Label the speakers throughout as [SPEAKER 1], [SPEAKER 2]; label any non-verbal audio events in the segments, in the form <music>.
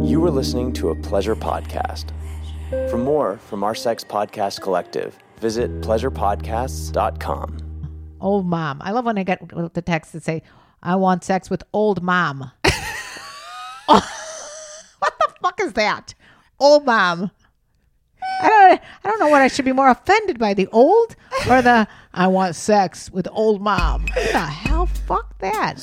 [SPEAKER 1] You were listening to a pleasure podcast. For more from our Sex Podcast Collective, visit pleasurepodcasts.com.
[SPEAKER 2] Old mom. I love when I get the texts that say, I want sex with old mom. what the fuck is that? Old mom. I don't, I don't know what I should be more offended by the old or the I want sex with old mom. What the hell? Fuck that.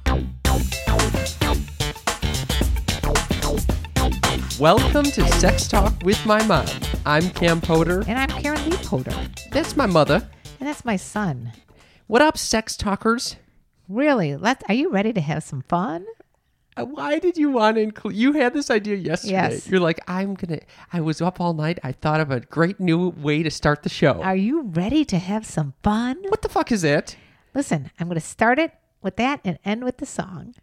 [SPEAKER 3] Welcome to Sex Talk with My Mom. I'm Cam Potter.
[SPEAKER 2] And I'm Karen Lee Potter.
[SPEAKER 3] That's my mother.
[SPEAKER 2] And that's my son.
[SPEAKER 3] What up, sex talkers?
[SPEAKER 2] Really? Let's, are you ready to have some fun?
[SPEAKER 3] Uh, Why did you want to include? You had this idea yesterday.
[SPEAKER 2] Yes.
[SPEAKER 3] You're like, I'm gonna. I was up all night. I thought of a great new way to start the show.
[SPEAKER 2] Are you ready to have some fun?
[SPEAKER 3] what the fuck is it?
[SPEAKER 2] Listen, I'm going to start it with that and end with the song.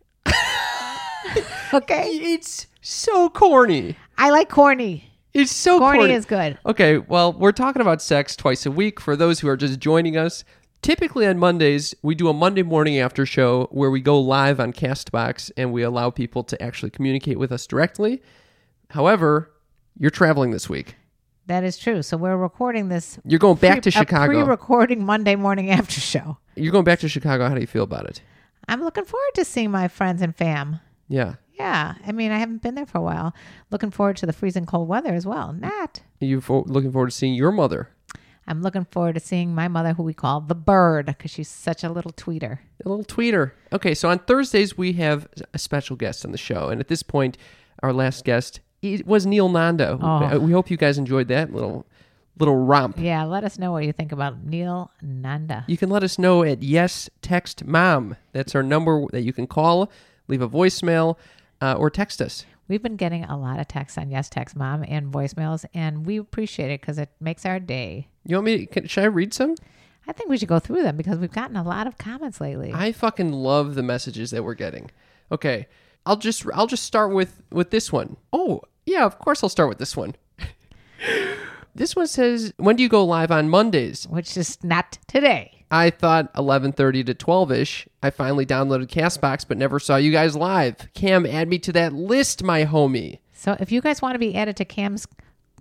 [SPEAKER 2] okay.
[SPEAKER 3] It's so corny.
[SPEAKER 2] I like corny.
[SPEAKER 3] It's so
[SPEAKER 2] Corny
[SPEAKER 3] Oh, corny.
[SPEAKER 2] is good.
[SPEAKER 3] Okay, well, we're talking about sex twice a week for those who are just joining us. Typically on Mondays, we do a Monday morning after show where we go live on Castbox and we allow people to actually communicate with us directly. However, you're traveling this week.
[SPEAKER 2] That is true. So we're recording this
[SPEAKER 3] You're going back to
[SPEAKER 2] pre- uh, a
[SPEAKER 3] Chicago.
[SPEAKER 2] pre-recording Monday morning <laughs> after show.
[SPEAKER 3] You're going back to Chicago. How do you feel about it?
[SPEAKER 2] I'm looking forward to seeing my friends and fam.
[SPEAKER 3] Yeah.
[SPEAKER 2] Yeah, I mean, I haven't been there for a while. Looking forward to the freezing cold weather as well. Nat,
[SPEAKER 3] Are you fo- looking forward to seeing your mother?
[SPEAKER 2] I'm looking forward to seeing my mother, who we call the bird, because she's such a little tweeter.
[SPEAKER 3] A little tweeter. Okay, so on Thursdays we have a special guest on the show, and at this point, our last guest it was Neil Nando. Uh,
[SPEAKER 2] Oh.
[SPEAKER 3] We hope you guys enjoyed that little little romp.
[SPEAKER 2] Yeah, let us know what you think about Neil Nanda.
[SPEAKER 3] You can let us know at yes text mom. That's our number that you can call, leave a voicemail, uh, or text us.
[SPEAKER 2] We've been getting a lot of texts on Yes Text Mom and voicemails, and we appreciate it because it makes our day.
[SPEAKER 3] You want me? To, can, should I read some?
[SPEAKER 2] I think we should go through them because we've gotten a lot of comments lately.
[SPEAKER 3] I fucking love the messages that we're getting. Okay, I'll just I'll just start with with this one. Oh yeah, of course I'll start with this one. <laughs> this one says, "When do you go live on Mondays?"
[SPEAKER 2] which is not today.
[SPEAKER 3] I thought 11:30 to 12ish. I finally downloaded Castbox, but never saw you guys live. Cam, add me to that list, my homie.
[SPEAKER 2] So if you guys want to be added to Cam's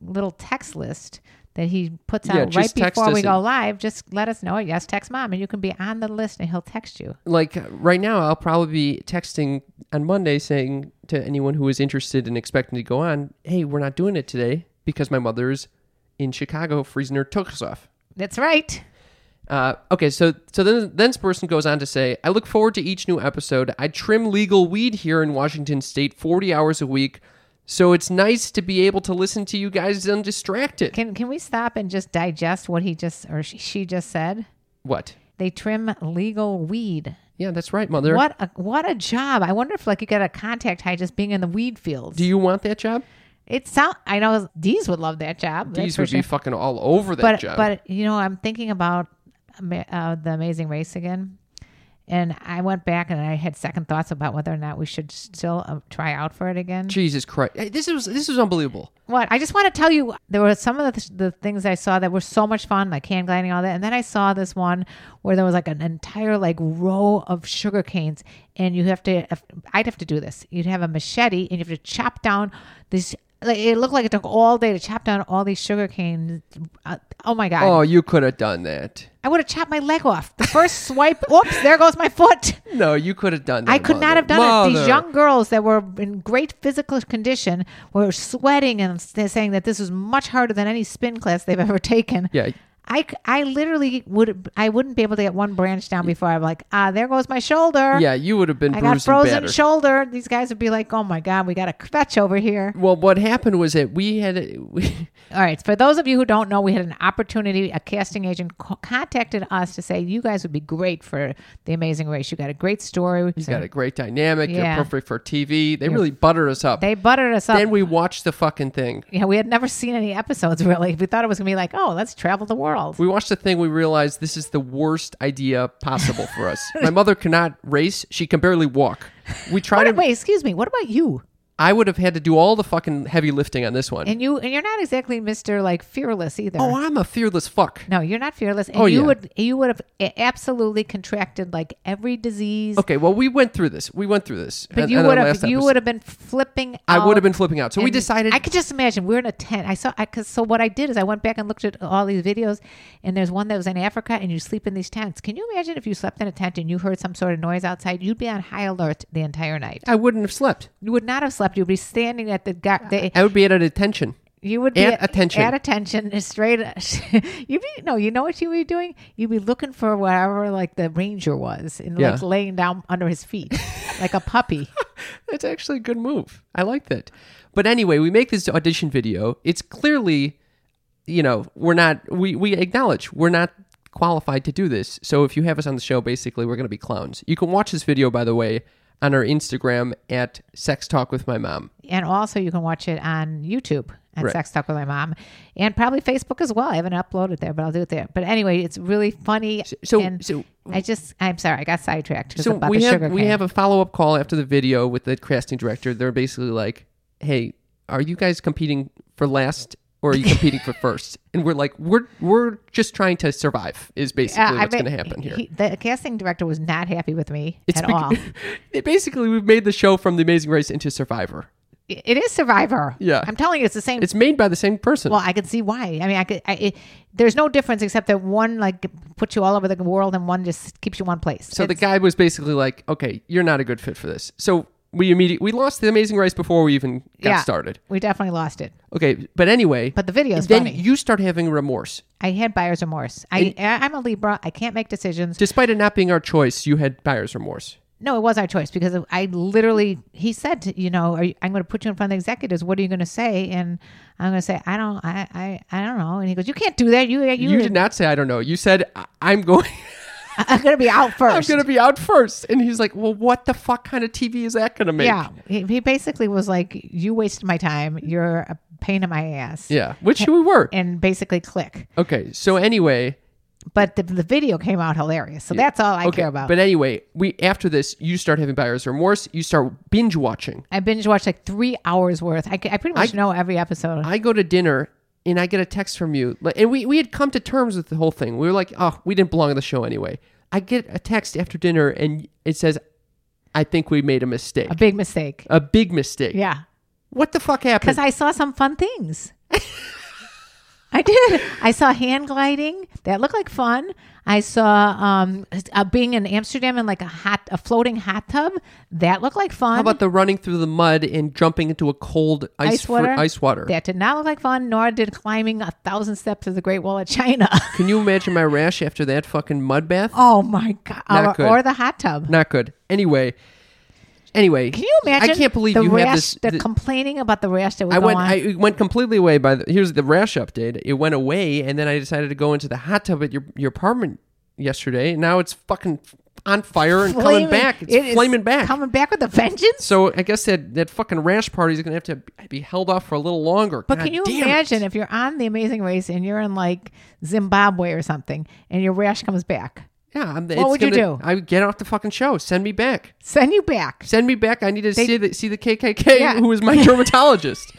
[SPEAKER 2] little text list that he puts
[SPEAKER 3] Yeah,
[SPEAKER 2] out right
[SPEAKER 3] just text
[SPEAKER 2] before
[SPEAKER 3] us
[SPEAKER 2] we go
[SPEAKER 3] and-
[SPEAKER 2] live, just let us know at Yes Text Mom, and you can be on the list, and he'll text you.
[SPEAKER 3] Like right now, I'll probably be texting on Monday saying to anyone who is interested and expecting to go on, "Hey, we're not doing it today because my mother's in Chicago freezing her tux off."
[SPEAKER 2] That's right.
[SPEAKER 3] Uh, okay, so so then then this person goes on to say, I look forward to each new episode. I trim legal weed here in Washington State, forty hours a week, so it's nice to be able to listen to you guys undistracted.
[SPEAKER 2] Can can we stop and just digest what he just or she, she just said?
[SPEAKER 3] what?
[SPEAKER 2] They trim legal weed.
[SPEAKER 3] Yeah, that's right, mother.
[SPEAKER 2] What a what a job! I wonder if like you got a contact high just being in the weed fields.
[SPEAKER 3] Do you want that job?
[SPEAKER 2] it sound I know Dee's would love that job. that's
[SPEAKER 3] These
[SPEAKER 2] for
[SPEAKER 3] would
[SPEAKER 2] sure.
[SPEAKER 3] be fucking all over that
[SPEAKER 2] but
[SPEAKER 3] job.
[SPEAKER 2] but you know i'm thinking about Ama- uh, the amazing race again and i went back and i had second thoughts about whether or not we should still uh, try out for it again
[SPEAKER 3] Jesus Christ, Hey, this is this is unbelievable.
[SPEAKER 2] what i just want to tell you there were some of the, th- the things i saw that were so much fun like hand gliding all that and then i saw this one where there was like an entire like row of sugar canes and you have to if- i'd have to do this you'd have a machete and you have to chop down this like it looked like it took all day to chop down all these sugar canes uh, oh my god
[SPEAKER 3] Oh, you could have done that.
[SPEAKER 2] I would have chopped my leg off. The first swipe, oops, there goes my foot. <laughs>
[SPEAKER 3] No, you could have done that.
[SPEAKER 2] I could
[SPEAKER 3] mother.
[SPEAKER 2] not have done it. These
[SPEAKER 3] Mother.
[SPEAKER 2] young girls that were in great physical condition were sweating and s- saying that this was much harder than any spin class they've ever taken.
[SPEAKER 3] Yeah.
[SPEAKER 2] I, c- I literally would I wouldn't be able to get one branch down before I'm like ah there goes my shoulder.
[SPEAKER 3] Yeah, you would have been
[SPEAKER 2] I got
[SPEAKER 3] bruised and
[SPEAKER 2] frozen
[SPEAKER 3] battered.
[SPEAKER 2] shoulder. These guys would be like, oh my god, we got a fetch over here.
[SPEAKER 3] well, what happened was that we had a, we, <laughs>
[SPEAKER 2] All right. For those of you who don't know, we had an opportunity. A casting agent co- contacted us to say, you guys would be great for The Amazing Race. You got a great story.
[SPEAKER 3] you got a great dynamic.
[SPEAKER 2] Yeah.
[SPEAKER 3] You're perfect for TV. They really buttered us up.
[SPEAKER 2] They buttered us up.
[SPEAKER 3] then we watched the fucking thing.
[SPEAKER 2] yeah, we had never seen any episodes <laughs> really. We thought it was going to be like, oh, let's travel the world.
[SPEAKER 3] We watched the thing. We realized this is the worst idea possible
[SPEAKER 2] <laughs>
[SPEAKER 3] for us. My mother cannot race. She can barely walk. We tried.
[SPEAKER 2] What-
[SPEAKER 3] to,
[SPEAKER 2] wait, excuse me. What about you?
[SPEAKER 3] I would have had to do all the fucking heavy lifting on this one.
[SPEAKER 2] And you and you're not exactly Mister like fearless either.
[SPEAKER 3] Oh, I'm a fearless fuck.
[SPEAKER 2] no, you're not fearless. And
[SPEAKER 3] Oh,
[SPEAKER 2] you
[SPEAKER 3] yeah.
[SPEAKER 2] would you would have a- absolutely contracted like every disease.
[SPEAKER 3] Okay, well, we went through this. We went through this.
[SPEAKER 2] But you would have you would have been flipping.
[SPEAKER 3] I would
[SPEAKER 2] out.
[SPEAKER 3] have been flipping out. So
[SPEAKER 2] Oh.
[SPEAKER 3] we
[SPEAKER 2] And
[SPEAKER 3] decided.
[SPEAKER 2] I could just imagine. We're in a tent. I saw. I cause, so what I did is I went back and looked at all these videos, and there's one that was in Africa, and you sleep in these tents. Can you imagine if you slept in a tent and you heard some sort of noise outside? You'd be on high alert the entire night.
[SPEAKER 3] I wouldn't have slept.
[SPEAKER 2] You would not have slept. You'd be standing at the. Ga- the
[SPEAKER 3] I would be at a detention.
[SPEAKER 2] you would be
[SPEAKER 3] At attention.
[SPEAKER 2] At attention, <laughs> straight. You'd be no. You know what you would be doing? You'd be looking for whatever like the ranger was, and like
[SPEAKER 3] Yeah.
[SPEAKER 2] laying down under his
[SPEAKER 3] <laughs>
[SPEAKER 2] feet, like a puppy.
[SPEAKER 3] That's actually a good move. I like that. But anyway, we make this audition video. It's clearly, you know, we're not. We we acknowledge we're not qualified to do this. So if you have us on the show, basically, we're going to be clowns. You can watch this video, by the way, on our Instagram at Sex Talk with My Mom.
[SPEAKER 2] and also you can watch it on YouTube and
[SPEAKER 3] Right.
[SPEAKER 2] Sex Talk with My Mom, and probably Facebook as well. I haven't uploaded there, but I'll do it there. But anyway, it's really funny.
[SPEAKER 3] so-
[SPEAKER 2] and
[SPEAKER 3] so-
[SPEAKER 2] I just, I'm sorry, I got sidetracked. 'cause
[SPEAKER 3] So
[SPEAKER 2] about
[SPEAKER 3] we
[SPEAKER 2] the
[SPEAKER 3] have
[SPEAKER 2] sugar
[SPEAKER 3] we
[SPEAKER 2] cane.
[SPEAKER 3] have a follow up call after the video with the casting director. They're basically like, "Hey, are you guys competing for last?" Or are you competing for first? <laughs> And we're like, we're we're just trying to survive. Is basically
[SPEAKER 2] Uh, I
[SPEAKER 3] what's
[SPEAKER 2] bet
[SPEAKER 3] going to happen here.
[SPEAKER 2] he- the casting director was not happy with me
[SPEAKER 3] It's
[SPEAKER 2] at
[SPEAKER 3] bec-
[SPEAKER 2] all.
[SPEAKER 3] <laughs> It basically, we've made the show from The Amazing Race into Survivor.
[SPEAKER 2] It is Survivor.
[SPEAKER 3] Yeah.
[SPEAKER 2] I'm telling you, it's the same.
[SPEAKER 3] It's made by the same person.
[SPEAKER 2] well, I can see why. I mean, I could. I, it, there's no difference except that one like puts you all over the world and one just keeps you one place.
[SPEAKER 3] so the guy was basically like, "Okay, you're not a good fit for this." So we immediately we lost The Amazing Race before we even got
[SPEAKER 2] Yeah.
[SPEAKER 3] started.
[SPEAKER 2] we definitely lost it.
[SPEAKER 3] Okay, but anyway,
[SPEAKER 2] But the video is
[SPEAKER 3] then
[SPEAKER 2] funny.
[SPEAKER 3] you start having remorse,
[SPEAKER 2] I had buyer's remorse. I, I I'm a Libra. I can't make decisions.
[SPEAKER 3] despite it not being our choice. You had buyer's remorse.
[SPEAKER 2] No, it was our choice because I literally he said, to- you know, are you, I'm going to put you in front of the executives. What are you going to say? And I'm going to say, I don't, I, I, I don't know. And he goes, you can't do that. You, you,
[SPEAKER 3] You did not say I don't know. You said "I- I'm going. <laughs>
[SPEAKER 2] I'm going to be out 1st
[SPEAKER 3] I'm going to be out first. And he's like, "Well, what the fuck kind of TV is that going to make?"
[SPEAKER 2] yeah, he, he basically was like, you wasted my time. You're a pain in my ass.
[SPEAKER 3] yeah. Which we were.
[SPEAKER 2] And basically click.
[SPEAKER 3] Okay. So anyway,
[SPEAKER 2] But the, the video came out hilarious. So that's all I
[SPEAKER 3] Okay,
[SPEAKER 2] care about.
[SPEAKER 3] But anyway, we after this, you start having buyer's remorse. You start binge watching.
[SPEAKER 2] I binge watched like three hours worth. I, I pretty much know every episode.
[SPEAKER 3] I go to dinner and I get a text from you, like- and we we had come to terms with the whole thing. We were like, oh, we didn't belong on the show anyway. I get a text after dinner and it says, I think we made a mistake,
[SPEAKER 2] a big mistake.
[SPEAKER 3] a big mistake.
[SPEAKER 2] Yeah.
[SPEAKER 3] What the fuck happened?
[SPEAKER 2] because I saw some fun things. <laughs> I did. I saw hand gliding that looked like fun. I saw um, uh, being in Amsterdam in like a hot, a floating hot tub that looked like fun.
[SPEAKER 3] How about the running through the mud and jumping into a cold ice
[SPEAKER 2] ice
[SPEAKER 3] fr-
[SPEAKER 2] water?
[SPEAKER 3] ice water.
[SPEAKER 2] That did not look like fun. Nor did climbing a thousand steps of the Great Wall of China. <laughs>
[SPEAKER 3] Can you imagine my rash after that fucking mud bath?
[SPEAKER 2] oh my god!
[SPEAKER 3] Not
[SPEAKER 2] Or,
[SPEAKER 3] good.
[SPEAKER 2] or the hot tub.
[SPEAKER 3] Not good. Anyway, anyway,
[SPEAKER 2] Can you imagine?
[SPEAKER 3] I can't believe
[SPEAKER 2] the
[SPEAKER 3] you
[SPEAKER 2] rash,
[SPEAKER 3] have this.
[SPEAKER 2] The,
[SPEAKER 3] th-
[SPEAKER 2] complaining about the rash that was
[SPEAKER 3] I
[SPEAKER 2] going
[SPEAKER 3] went.
[SPEAKER 2] on.
[SPEAKER 3] I it went completely away. By the, here's the rash update. It went away, and then I decided to go into the hot tub at your your apartment yesterday. and Now it's fucking on fire and coming
[SPEAKER 2] Flaming-
[SPEAKER 3] back. It's
[SPEAKER 2] it is
[SPEAKER 3] flaming back.
[SPEAKER 2] Coming back with a vengeance.
[SPEAKER 3] so I guess that that fucking rash party is gonna have to be held off for a little longer.
[SPEAKER 2] But can you imagine if you're on the Amazing Race and you're in like Zimbabwe or something, and your rash comes back,
[SPEAKER 3] Yeah, I'm,
[SPEAKER 2] What would you do?
[SPEAKER 3] I would get off the fucking show. Send me back.
[SPEAKER 2] send you back? <laughs>
[SPEAKER 3] Send me back. I need to see the see the KKK,
[SPEAKER 2] Yeah.
[SPEAKER 3] who is my
[SPEAKER 2] <laughs>
[SPEAKER 3] dermatologist.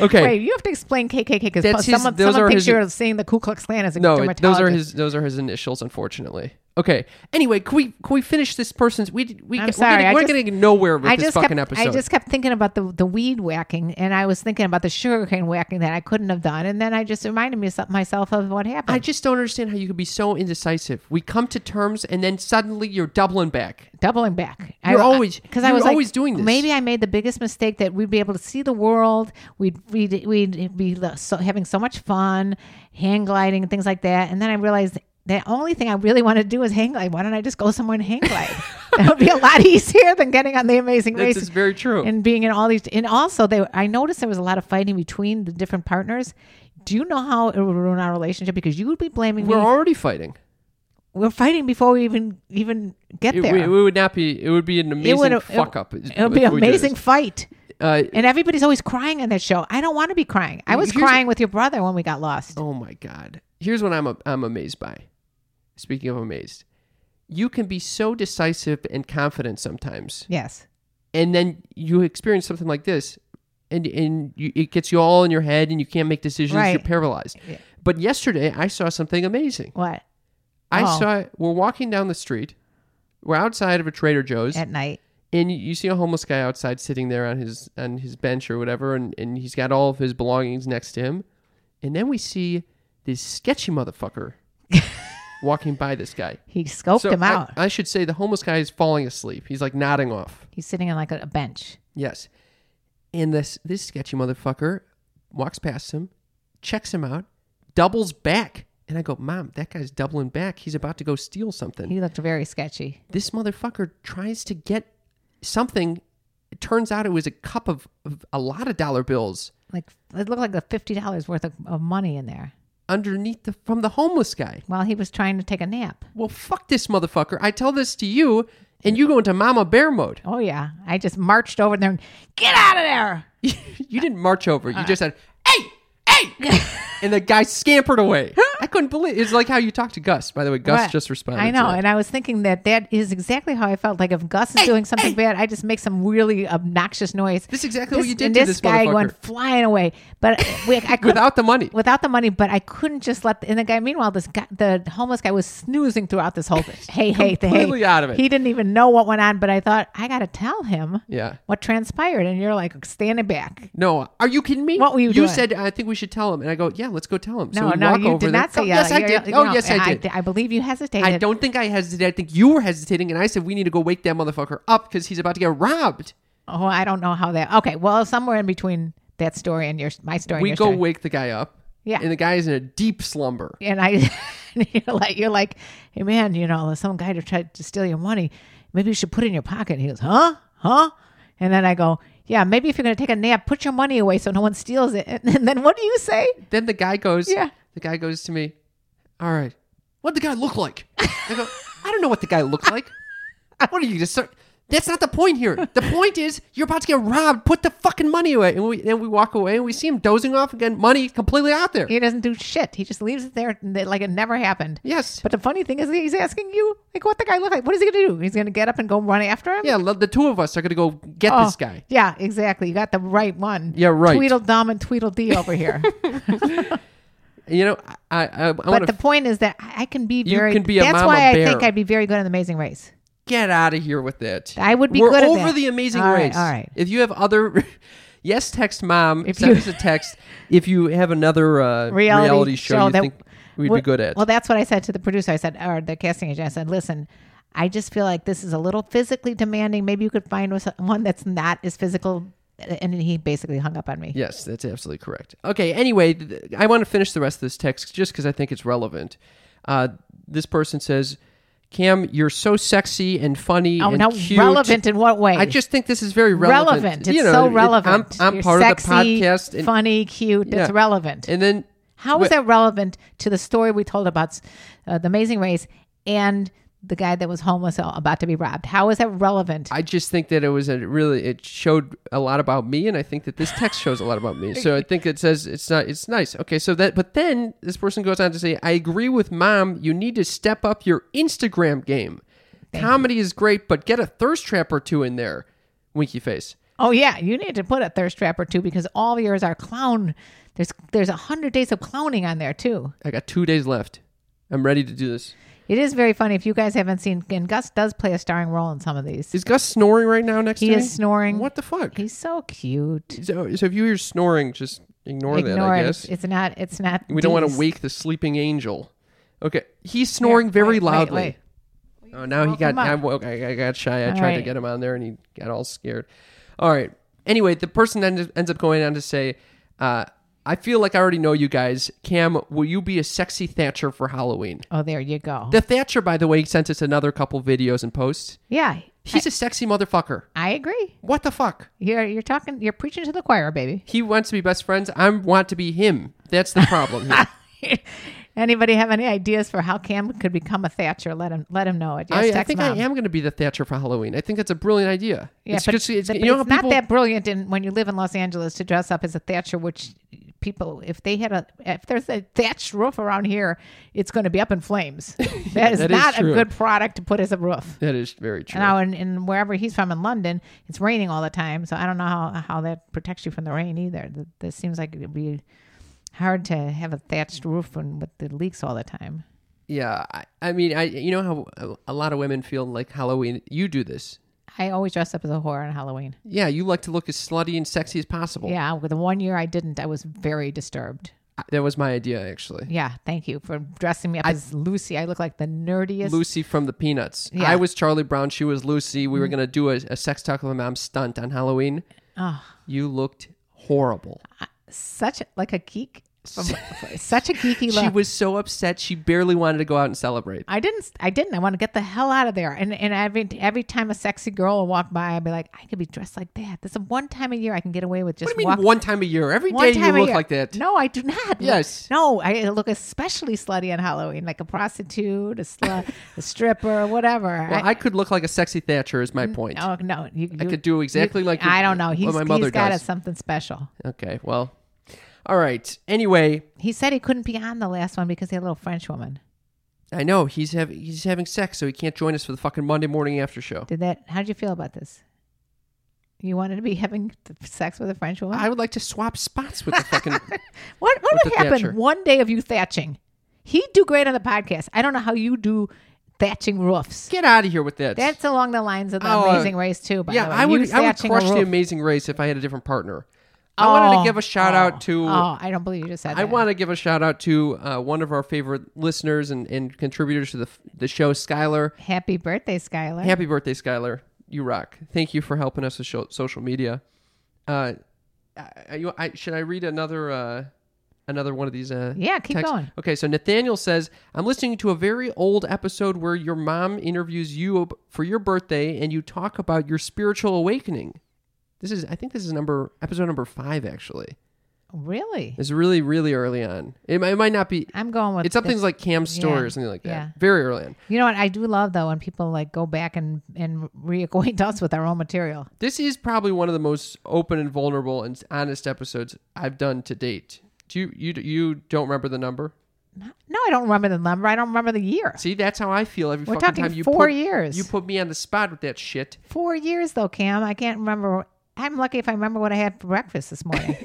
[SPEAKER 3] Okay.
[SPEAKER 2] Wait, you have to explain KKK because
[SPEAKER 3] That's his-
[SPEAKER 2] someone,
[SPEAKER 3] those
[SPEAKER 2] someone
[SPEAKER 3] are
[SPEAKER 2] thinks
[SPEAKER 3] his-
[SPEAKER 2] you're seeing the Ku Klux Klan as a
[SPEAKER 3] No, it-
[SPEAKER 2] dermatologist.
[SPEAKER 3] those are his those are his initials, unfortunately. Okay. Anyway, can we can we finish this person's? We we
[SPEAKER 2] I'm
[SPEAKER 3] we're
[SPEAKER 2] sorry,
[SPEAKER 3] Getting,
[SPEAKER 2] I
[SPEAKER 3] we're
[SPEAKER 2] just-
[SPEAKER 3] getting nowhere with
[SPEAKER 2] I
[SPEAKER 3] this
[SPEAKER 2] just
[SPEAKER 3] fucking
[SPEAKER 2] kept,
[SPEAKER 3] episode.
[SPEAKER 2] I just kept thinking about the the weed whacking, and I was thinking about the sugarcane whacking that I couldn't have done, and then I just reminded me of myself of what happened.
[SPEAKER 3] I just don't understand how you could be so indecisive. We come to terms and then suddenly you're doubling back.
[SPEAKER 2] doubling back.
[SPEAKER 3] You're always-
[SPEAKER 2] because I
[SPEAKER 3] you're
[SPEAKER 2] was like,
[SPEAKER 3] always doing this.
[SPEAKER 2] Maybe I made the biggest mistake that we'd be able to see the world. We'd we'd, we'd be so, having so much fun, hang gliding and things like that. And then I realized the only thing I really want to do is hang glide. Why don't I just go somewhere and hang
[SPEAKER 3] <laughs>
[SPEAKER 2] glide? that would be a lot easier than getting on the Amazing
[SPEAKER 3] This
[SPEAKER 2] Race.
[SPEAKER 3] is very true.
[SPEAKER 2] And being in all these, and also they, I noticed there was a lot of fighting between the different partners. Do you know how it would ruin our relationship? Because you would be blaming
[SPEAKER 3] We're
[SPEAKER 2] me.
[SPEAKER 3] already fighting.
[SPEAKER 2] we're fighting before we even even get
[SPEAKER 3] It,
[SPEAKER 2] there.
[SPEAKER 3] we, it would not be. It would be an
[SPEAKER 2] It
[SPEAKER 3] amazing
[SPEAKER 2] would-
[SPEAKER 3] fuck up.
[SPEAKER 2] It would be
[SPEAKER 3] if
[SPEAKER 2] an
[SPEAKER 3] we did
[SPEAKER 2] amazing
[SPEAKER 3] this.
[SPEAKER 2] fight.
[SPEAKER 3] Uh,
[SPEAKER 2] And everybody's always crying on that show. I don't want to be crying. I was
[SPEAKER 3] Here's-
[SPEAKER 2] crying with your brother when we got lost.
[SPEAKER 3] oh my god! Here's what I'm a, I'm amazed by. Speaking of amazed, you can be so decisive and confident sometimes,
[SPEAKER 2] Yes.
[SPEAKER 3] and then you experience something like this, and and you, it gets you all in your head, and you can't make decisions. You're
[SPEAKER 2] Right.
[SPEAKER 3] paralyzed.
[SPEAKER 2] Yeah.
[SPEAKER 3] But yesterday, I saw something amazing.
[SPEAKER 2] What?
[SPEAKER 3] I
[SPEAKER 2] Oh.
[SPEAKER 3] saw we're walking down the street. We're outside of a Trader Joe's,
[SPEAKER 2] At night.
[SPEAKER 3] and you, you see a homeless guy outside sitting there on his on his bench or whatever, and, and he's got all of his belongings next to him. And then we see this
[SPEAKER 2] <laughs>
[SPEAKER 3] sketchy motherfucker walking by this guy.
[SPEAKER 2] He scoped him
[SPEAKER 3] I-
[SPEAKER 2] out.
[SPEAKER 3] I, should say the homeless guy is falling asleep. He's like nodding off.
[SPEAKER 2] He's sitting on like a, a bench.
[SPEAKER 3] Yes. And this this sketchy motherfucker walks past him, checks him out, doubles back. And I go, Mom, that guy's doubling back. He's about to go steal something
[SPEAKER 2] He looked very sketchy.
[SPEAKER 3] this motherfucker tries to get something. It turns out it was a cup of, of a lot of dollar bills
[SPEAKER 2] Like it looked like the fifty dollars worth of, of money in there
[SPEAKER 3] underneath the from the homeless guy.
[SPEAKER 2] while he was trying to take a nap.
[SPEAKER 3] Well, fuck this motherfucker. I tell this to you, and you go into mama bear mode. <laughs>
[SPEAKER 2] Oh yeah. I just marched over there and get out of there.
[SPEAKER 3] you didn't march over. You just said, "Hey, hey," <laughs>
[SPEAKER 2] <laughs>
[SPEAKER 3] and the guy scampered away. I couldn't believe it's like how you talk to Gus. By the way, Gus
[SPEAKER 2] But-
[SPEAKER 3] just responded.
[SPEAKER 2] I
[SPEAKER 3] to
[SPEAKER 2] know,
[SPEAKER 3] that.
[SPEAKER 2] and I was thinking that that is exactly how I felt. Like if Gus is doing something bad, I just make some really obnoxious noise.
[SPEAKER 3] This is exactly what you did
[SPEAKER 2] and
[SPEAKER 3] to
[SPEAKER 2] this
[SPEAKER 3] this
[SPEAKER 2] guy
[SPEAKER 3] motherfucker.
[SPEAKER 2] went flying away, but we, I could,
[SPEAKER 3] without the money.
[SPEAKER 2] without the money, but I couldn't just let. The, and the guy, meanwhile, this guy, the homeless guy, was snoozing throughout this whole
[SPEAKER 3] <laughs>
[SPEAKER 2] hey, hey, the hey.
[SPEAKER 3] Completely out of it.
[SPEAKER 2] He didn't even know what went on, but I thought I got to tell him
[SPEAKER 3] Yeah.
[SPEAKER 2] what transpired, and you're like standing back.
[SPEAKER 3] No, are you kidding me?
[SPEAKER 2] What were you
[SPEAKER 3] You
[SPEAKER 2] doing?
[SPEAKER 3] said I think we should tell him, and I go, yeah, let's go tell him.
[SPEAKER 2] No,
[SPEAKER 3] so we
[SPEAKER 2] no,
[SPEAKER 3] walk
[SPEAKER 2] you
[SPEAKER 3] over
[SPEAKER 2] did
[SPEAKER 3] there.
[SPEAKER 2] not say
[SPEAKER 3] Oh,
[SPEAKER 2] yes.
[SPEAKER 3] yes, I did.
[SPEAKER 2] You
[SPEAKER 3] oh,
[SPEAKER 2] know,
[SPEAKER 3] yes, I
[SPEAKER 2] I,
[SPEAKER 3] did.
[SPEAKER 2] I believe you hesitated.
[SPEAKER 3] I don't think I hesitated. I think you were hesitating, and I said we need to go wake that motherfucker up because he's about to get robbed.
[SPEAKER 2] Oh, I don't know how that. Okay, well, somewhere in between that story and your my story. and
[SPEAKER 3] we
[SPEAKER 2] your
[SPEAKER 3] go
[SPEAKER 2] story.
[SPEAKER 3] wake the guy up.
[SPEAKER 2] Yeah.
[SPEAKER 3] and the guy is in a deep slumber.
[SPEAKER 2] and I, <laughs> and you're like, you're like, hey man, you know, some guy to try to steal your money. Maybe you should put it in your pocket. And he goes, huh, huh? And then I go, yeah, maybe if you're gonna take a nap, put your money away so no one steals it. <laughs> And, then what do you say?
[SPEAKER 3] Then the guy goes.
[SPEAKER 2] Yeah.
[SPEAKER 3] the guy goes to me. All right, what did the guy look like? I go. I don't know what the guy
[SPEAKER 2] <laughs>
[SPEAKER 3] looked like. What are you just? That's not the point here. The point is you're about to get robbed. Put the fucking money away, and we and we walk away, and we see him dozing off again. Money completely out there.
[SPEAKER 2] He doesn't do shit. He just leaves it there and they- like it never happened.
[SPEAKER 3] Yes.
[SPEAKER 2] But the funny thing is, that he's asking you like, what the guy look like? What is he gonna do? He's gonna get up and go run after him?
[SPEAKER 3] yeah, lo- the two of us are gonna go get
[SPEAKER 2] Oh,
[SPEAKER 3] this guy.
[SPEAKER 2] Yeah, exactly. You got the right one.
[SPEAKER 3] Yeah, right.
[SPEAKER 2] Tweedledum and Tweedledee over
[SPEAKER 3] <laughs>
[SPEAKER 2] here.
[SPEAKER 3] You know, I I, I
[SPEAKER 2] but
[SPEAKER 3] want
[SPEAKER 2] the
[SPEAKER 3] to
[SPEAKER 2] point is that I I can be
[SPEAKER 3] You
[SPEAKER 2] very.
[SPEAKER 3] can be a
[SPEAKER 2] that's
[SPEAKER 3] mama
[SPEAKER 2] why
[SPEAKER 3] bear.
[SPEAKER 2] I think I'd be very good in the Amazing Race.
[SPEAKER 3] get out of here with it.
[SPEAKER 2] I would be
[SPEAKER 3] We're
[SPEAKER 2] good at
[SPEAKER 3] over
[SPEAKER 2] that.
[SPEAKER 3] the amazing
[SPEAKER 2] All right,
[SPEAKER 3] race.
[SPEAKER 2] all right.
[SPEAKER 3] If you have other, <laughs> yes, text mom.
[SPEAKER 2] If
[SPEAKER 3] send
[SPEAKER 2] you-
[SPEAKER 3] us a text. If you have another uh,
[SPEAKER 2] <laughs>
[SPEAKER 3] reality,
[SPEAKER 2] Reality,
[SPEAKER 3] show, you
[SPEAKER 2] that
[SPEAKER 3] think we'd be
[SPEAKER 2] Well-
[SPEAKER 3] good at.
[SPEAKER 2] Well, that's what I said to the producer. I said, or the casting agent. I said, listen, I just feel like this is a little physically demanding. Maybe you could find us one that's not as physical. And he basically hung up on me.
[SPEAKER 3] yes, that's absolutely correct. Okay. Anyway, th- I want to finish the rest of this text just because I think it's relevant. Uh, this person says, "Cam, you're so sexy and funny
[SPEAKER 2] oh
[SPEAKER 3] and
[SPEAKER 2] no,
[SPEAKER 3] cute."
[SPEAKER 2] relevant in what way?
[SPEAKER 3] I just think this is very relevant.
[SPEAKER 2] relevant. It's
[SPEAKER 3] You know,
[SPEAKER 2] so
[SPEAKER 3] it-
[SPEAKER 2] relevant.
[SPEAKER 3] I'm, I'm
[SPEAKER 2] You're
[SPEAKER 3] part
[SPEAKER 2] sexy,
[SPEAKER 3] of the podcast, and,
[SPEAKER 2] funny, cute.
[SPEAKER 3] Yeah.
[SPEAKER 2] It's relevant.
[SPEAKER 3] and then
[SPEAKER 2] How
[SPEAKER 3] Wait.
[SPEAKER 2] is that relevant to the story we told about uh, the Amazing Race and the guy that was homeless uh, about to be robbed? How is that relevant?
[SPEAKER 3] I just think that it was a really it showed a lot about me, and I think that this text shows a lot about me. So I think it says it's not it's nice. Okay, so that but then this person goes on to say, I agree with mom. You need to step up your Instagram game. Comedy is great, but get a thirst trap or two in there. Winky face.
[SPEAKER 2] oh yeah, you need to put a thirst trap or two because all yours are clown. There's there's a hundred days of clowning on there too.
[SPEAKER 3] I got two days left. I'm ready to do this.
[SPEAKER 2] It is very funny if you guys haven't seen. And Gus does play a starring role in some of these.
[SPEAKER 3] Is Gus snoring right now next
[SPEAKER 2] He
[SPEAKER 3] to me?
[SPEAKER 2] is snoring.
[SPEAKER 3] What the fuck?
[SPEAKER 2] He's so cute.
[SPEAKER 3] So, so if you hear snoring, just ignore, that,
[SPEAKER 2] Ignore
[SPEAKER 3] I
[SPEAKER 2] it.
[SPEAKER 3] guess.
[SPEAKER 2] It's not. It's not.
[SPEAKER 3] we don't want to
[SPEAKER 2] these.
[SPEAKER 3] wake the sleeping angel. Okay. He's snoring
[SPEAKER 2] Here,
[SPEAKER 3] very
[SPEAKER 2] wait, wait,
[SPEAKER 3] loudly.
[SPEAKER 2] wait.
[SPEAKER 3] Oh, now he
[SPEAKER 2] woke
[SPEAKER 3] got.
[SPEAKER 2] him up.
[SPEAKER 3] I, woke, I, I got shy. I
[SPEAKER 2] All
[SPEAKER 3] tried to
[SPEAKER 2] right.
[SPEAKER 3] get him on there, and he got all scared. All right. Anyway, the person end, ends up going on to say, uh, "I feel like I already know you guys. Cam, will you be a sexy Thatcher for Halloween?"
[SPEAKER 2] Oh, there you go.
[SPEAKER 3] The Thatcher, by the way, sent us another couple videos and posts.
[SPEAKER 2] yeah,
[SPEAKER 3] He's a sexy motherfucker.
[SPEAKER 2] I agree.
[SPEAKER 3] What the fuck?
[SPEAKER 2] You're you're talking. You're preaching to the choir, baby.
[SPEAKER 3] He wants to be best friends. I want to be him. That's the problem.
[SPEAKER 2] <laughs>
[SPEAKER 3] here.
[SPEAKER 2] Anybody have any ideas for how Cam could become a Thatcher? Let him let him know it. Yes,
[SPEAKER 3] I, I
[SPEAKER 2] text
[SPEAKER 3] think
[SPEAKER 2] mom.
[SPEAKER 3] I am going to be the Thatcher for Halloween. I think that's a brilliant idea.
[SPEAKER 2] Yeah,
[SPEAKER 3] it's
[SPEAKER 2] but
[SPEAKER 3] just- it's,
[SPEAKER 2] but
[SPEAKER 3] you know
[SPEAKER 2] it's
[SPEAKER 3] how
[SPEAKER 2] not
[SPEAKER 3] people,
[SPEAKER 2] that brilliant in, when you live in Los Angeles to dress up as a Thatcher, which people, if they had a, if there's a thatched roof around here, it's going to be up in
[SPEAKER 3] <laughs>
[SPEAKER 2] flames. that is
[SPEAKER 3] that is
[SPEAKER 2] not a
[SPEAKER 3] true.
[SPEAKER 2] good product to put as a roof.
[SPEAKER 3] that is very true.
[SPEAKER 2] Now, and, and wherever he's from in London, it's raining all the time. So I don't know how, how that protects you from the rain either. Th- This seems like it would be hard to have a thatched roof and with the leaks all the time.
[SPEAKER 3] Yeah, I, I mean, I you know how a, a lot of women feel like Halloween. You do this.
[SPEAKER 2] I always dress up as a whore on Halloween.
[SPEAKER 3] Yeah, you like to look as slutty and sexy as possible.
[SPEAKER 2] Yeah, with the one year I didn't, I was very disturbed.
[SPEAKER 3] that was my idea actually.
[SPEAKER 2] Yeah, thank you for dressing me up as Lucy. I look like the nerdiest.
[SPEAKER 3] Lucy from the Peanuts.
[SPEAKER 2] Yeah. Mm.
[SPEAKER 3] I was Charlie Brown. She was Lucy. We were gonna do a, a sex talk with my mom stunt on Halloween.
[SPEAKER 2] Oh,
[SPEAKER 3] You looked horrible.
[SPEAKER 2] such like a geek. From, such a geeky look.
[SPEAKER 3] <laughs> She was so upset. She barely wanted to go out and celebrate.
[SPEAKER 2] I didn't. I didn't. I want to get the hell out of there. And and every every time a sexy girl will walk by, I'd be like, I could be dressed like that. This is one time a year I can get away with just
[SPEAKER 3] What do you mean
[SPEAKER 2] walk.
[SPEAKER 3] one time a year? Every
[SPEAKER 2] one
[SPEAKER 3] day you
[SPEAKER 2] time a
[SPEAKER 3] look
[SPEAKER 2] year.
[SPEAKER 3] like that.
[SPEAKER 2] No, I do not.
[SPEAKER 3] Yes.
[SPEAKER 2] No, I look especially slutty on Halloween, like a prostitute, a slut, a stripper, whatever.
[SPEAKER 3] Well, I could look like a sexy Thatcher. Is my point.
[SPEAKER 2] no, Oh, no. You,
[SPEAKER 3] I
[SPEAKER 2] you-
[SPEAKER 3] could do exactly like
[SPEAKER 2] I don't know.
[SPEAKER 3] what
[SPEAKER 2] He's,
[SPEAKER 3] my mother
[SPEAKER 2] he's got
[SPEAKER 3] does.
[SPEAKER 2] us something special.
[SPEAKER 3] Okay. Well. All right. Anyway,
[SPEAKER 2] He said he couldn't be on the last one because he had a little French woman.
[SPEAKER 3] I know he's having he's having sex, so he can't join us for the fucking Monday morning after show.
[SPEAKER 2] Did that? How did you feel about this? You wanted to be <laughs> having sex with a French woman?
[SPEAKER 3] I would like to swap
[SPEAKER 2] <laughs>
[SPEAKER 3] spots with the fucking.
[SPEAKER 2] What what
[SPEAKER 3] with
[SPEAKER 2] would
[SPEAKER 3] the
[SPEAKER 2] happen
[SPEAKER 3] thatcher.
[SPEAKER 2] one day of you thatching? He'd do great on the podcast. I don't know how you do thatching roofs.
[SPEAKER 3] Get out of here with that.
[SPEAKER 2] That's along the lines of the
[SPEAKER 3] Oh, uh,
[SPEAKER 2] Amazing Race too. By
[SPEAKER 3] yeah.
[SPEAKER 2] the way.
[SPEAKER 3] I would
[SPEAKER 2] You
[SPEAKER 3] I would
[SPEAKER 2] thatching a
[SPEAKER 3] crush the
[SPEAKER 2] roof.
[SPEAKER 3] Amazing Race if I had a different partner. I wanted
[SPEAKER 2] Oh,
[SPEAKER 3] to give a shout
[SPEAKER 2] oh,
[SPEAKER 3] out to.
[SPEAKER 2] Oh, I don't believe you just said that.
[SPEAKER 3] I want to give a shout out to uh, one of our favorite listeners and, and contributors to the f- the show, Skylar.
[SPEAKER 2] Happy birthday, Skylar.
[SPEAKER 3] Happy birthday, Skylar. You rock. Thank you for helping us with sho- social media. Uh, I- I, you- I, should I read another uh, another one of these? Uh,
[SPEAKER 2] Yeah, keep going.
[SPEAKER 3] Okay, so Nathaniel says, I'm listening to a very old episode where your mom interviews you ab- for your birthday and you talk about your spiritual awakening. This is, I think this is number episode number five, actually.
[SPEAKER 2] Really?
[SPEAKER 3] It's really, really early on. It, mi- it might not be,
[SPEAKER 2] I'm going with
[SPEAKER 3] it's something
[SPEAKER 2] this.
[SPEAKER 3] like Cam's story
[SPEAKER 2] yeah,
[SPEAKER 3] or something like that.
[SPEAKER 2] yeah.
[SPEAKER 3] Very early on.
[SPEAKER 2] You know what? I do love though when people like go back and and reacquaint us with our own material.
[SPEAKER 3] This is probably one of the most open and vulnerable and honest episodes I've done to date. Do you you you don't remember the number?
[SPEAKER 2] No, I don't remember the number. I don't remember the year.
[SPEAKER 3] See, that's how I feel every
[SPEAKER 2] We're
[SPEAKER 3] fucking
[SPEAKER 2] talking
[SPEAKER 3] time you
[SPEAKER 2] four
[SPEAKER 3] put,
[SPEAKER 2] years.
[SPEAKER 3] You put me on the spot with that shit.
[SPEAKER 2] Four years though, Cam. I can't remember. I'm lucky if I remember what I had for breakfast this
[SPEAKER 3] <laughs>
[SPEAKER 2] morning.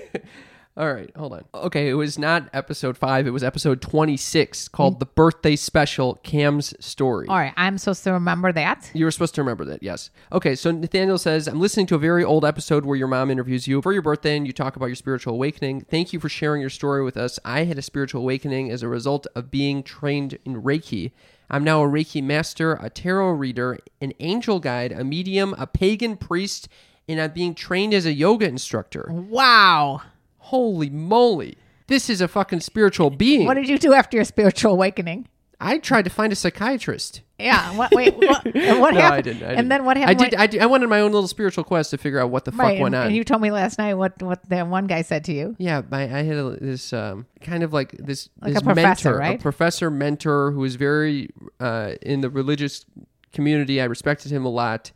[SPEAKER 3] All right, hold on. Okay, it was not episode 5, it was episode 26 called
[SPEAKER 2] Mm.
[SPEAKER 3] The Birthday Special Cam's Story.
[SPEAKER 2] All right, I'm supposed to remember that.
[SPEAKER 3] You were supposed to remember that, yes. Okay, so Nathaniel says, I'm listening to a very old episode where your mom interviews you for your birthday and you talk about your spiritual awakening. Thank you for sharing your story with us. I had a spiritual awakening as a result of being trained in Reiki. I'm now a Reiki master, a tarot reader, an angel guide, a medium, a pagan priest, and I'm being trained as a yoga instructor.
[SPEAKER 2] Wow.
[SPEAKER 3] Holy moly. This is a fucking spiritual being.
[SPEAKER 2] What did you do after your spiritual awakening?
[SPEAKER 3] I tried to find a psychiatrist.
[SPEAKER 2] Yeah. What, wait. What, and what
[SPEAKER 3] <laughs> No,
[SPEAKER 2] happened?
[SPEAKER 3] I didn't. I
[SPEAKER 2] and
[SPEAKER 3] didn't.
[SPEAKER 2] then what
[SPEAKER 3] I
[SPEAKER 2] happened?
[SPEAKER 3] did, I did. I wanted my own little spiritual quest to figure out what the
[SPEAKER 2] Right,
[SPEAKER 3] fuck
[SPEAKER 2] and,
[SPEAKER 3] went on.
[SPEAKER 2] and you told me last night what what that one guy said to you.
[SPEAKER 3] Yeah, my, I had a, this um, kind of like this
[SPEAKER 2] Like
[SPEAKER 3] this
[SPEAKER 2] a professor,
[SPEAKER 3] mentor,
[SPEAKER 2] right?
[SPEAKER 3] a professor mentor who was very uh, in the religious community. I respected him a lot,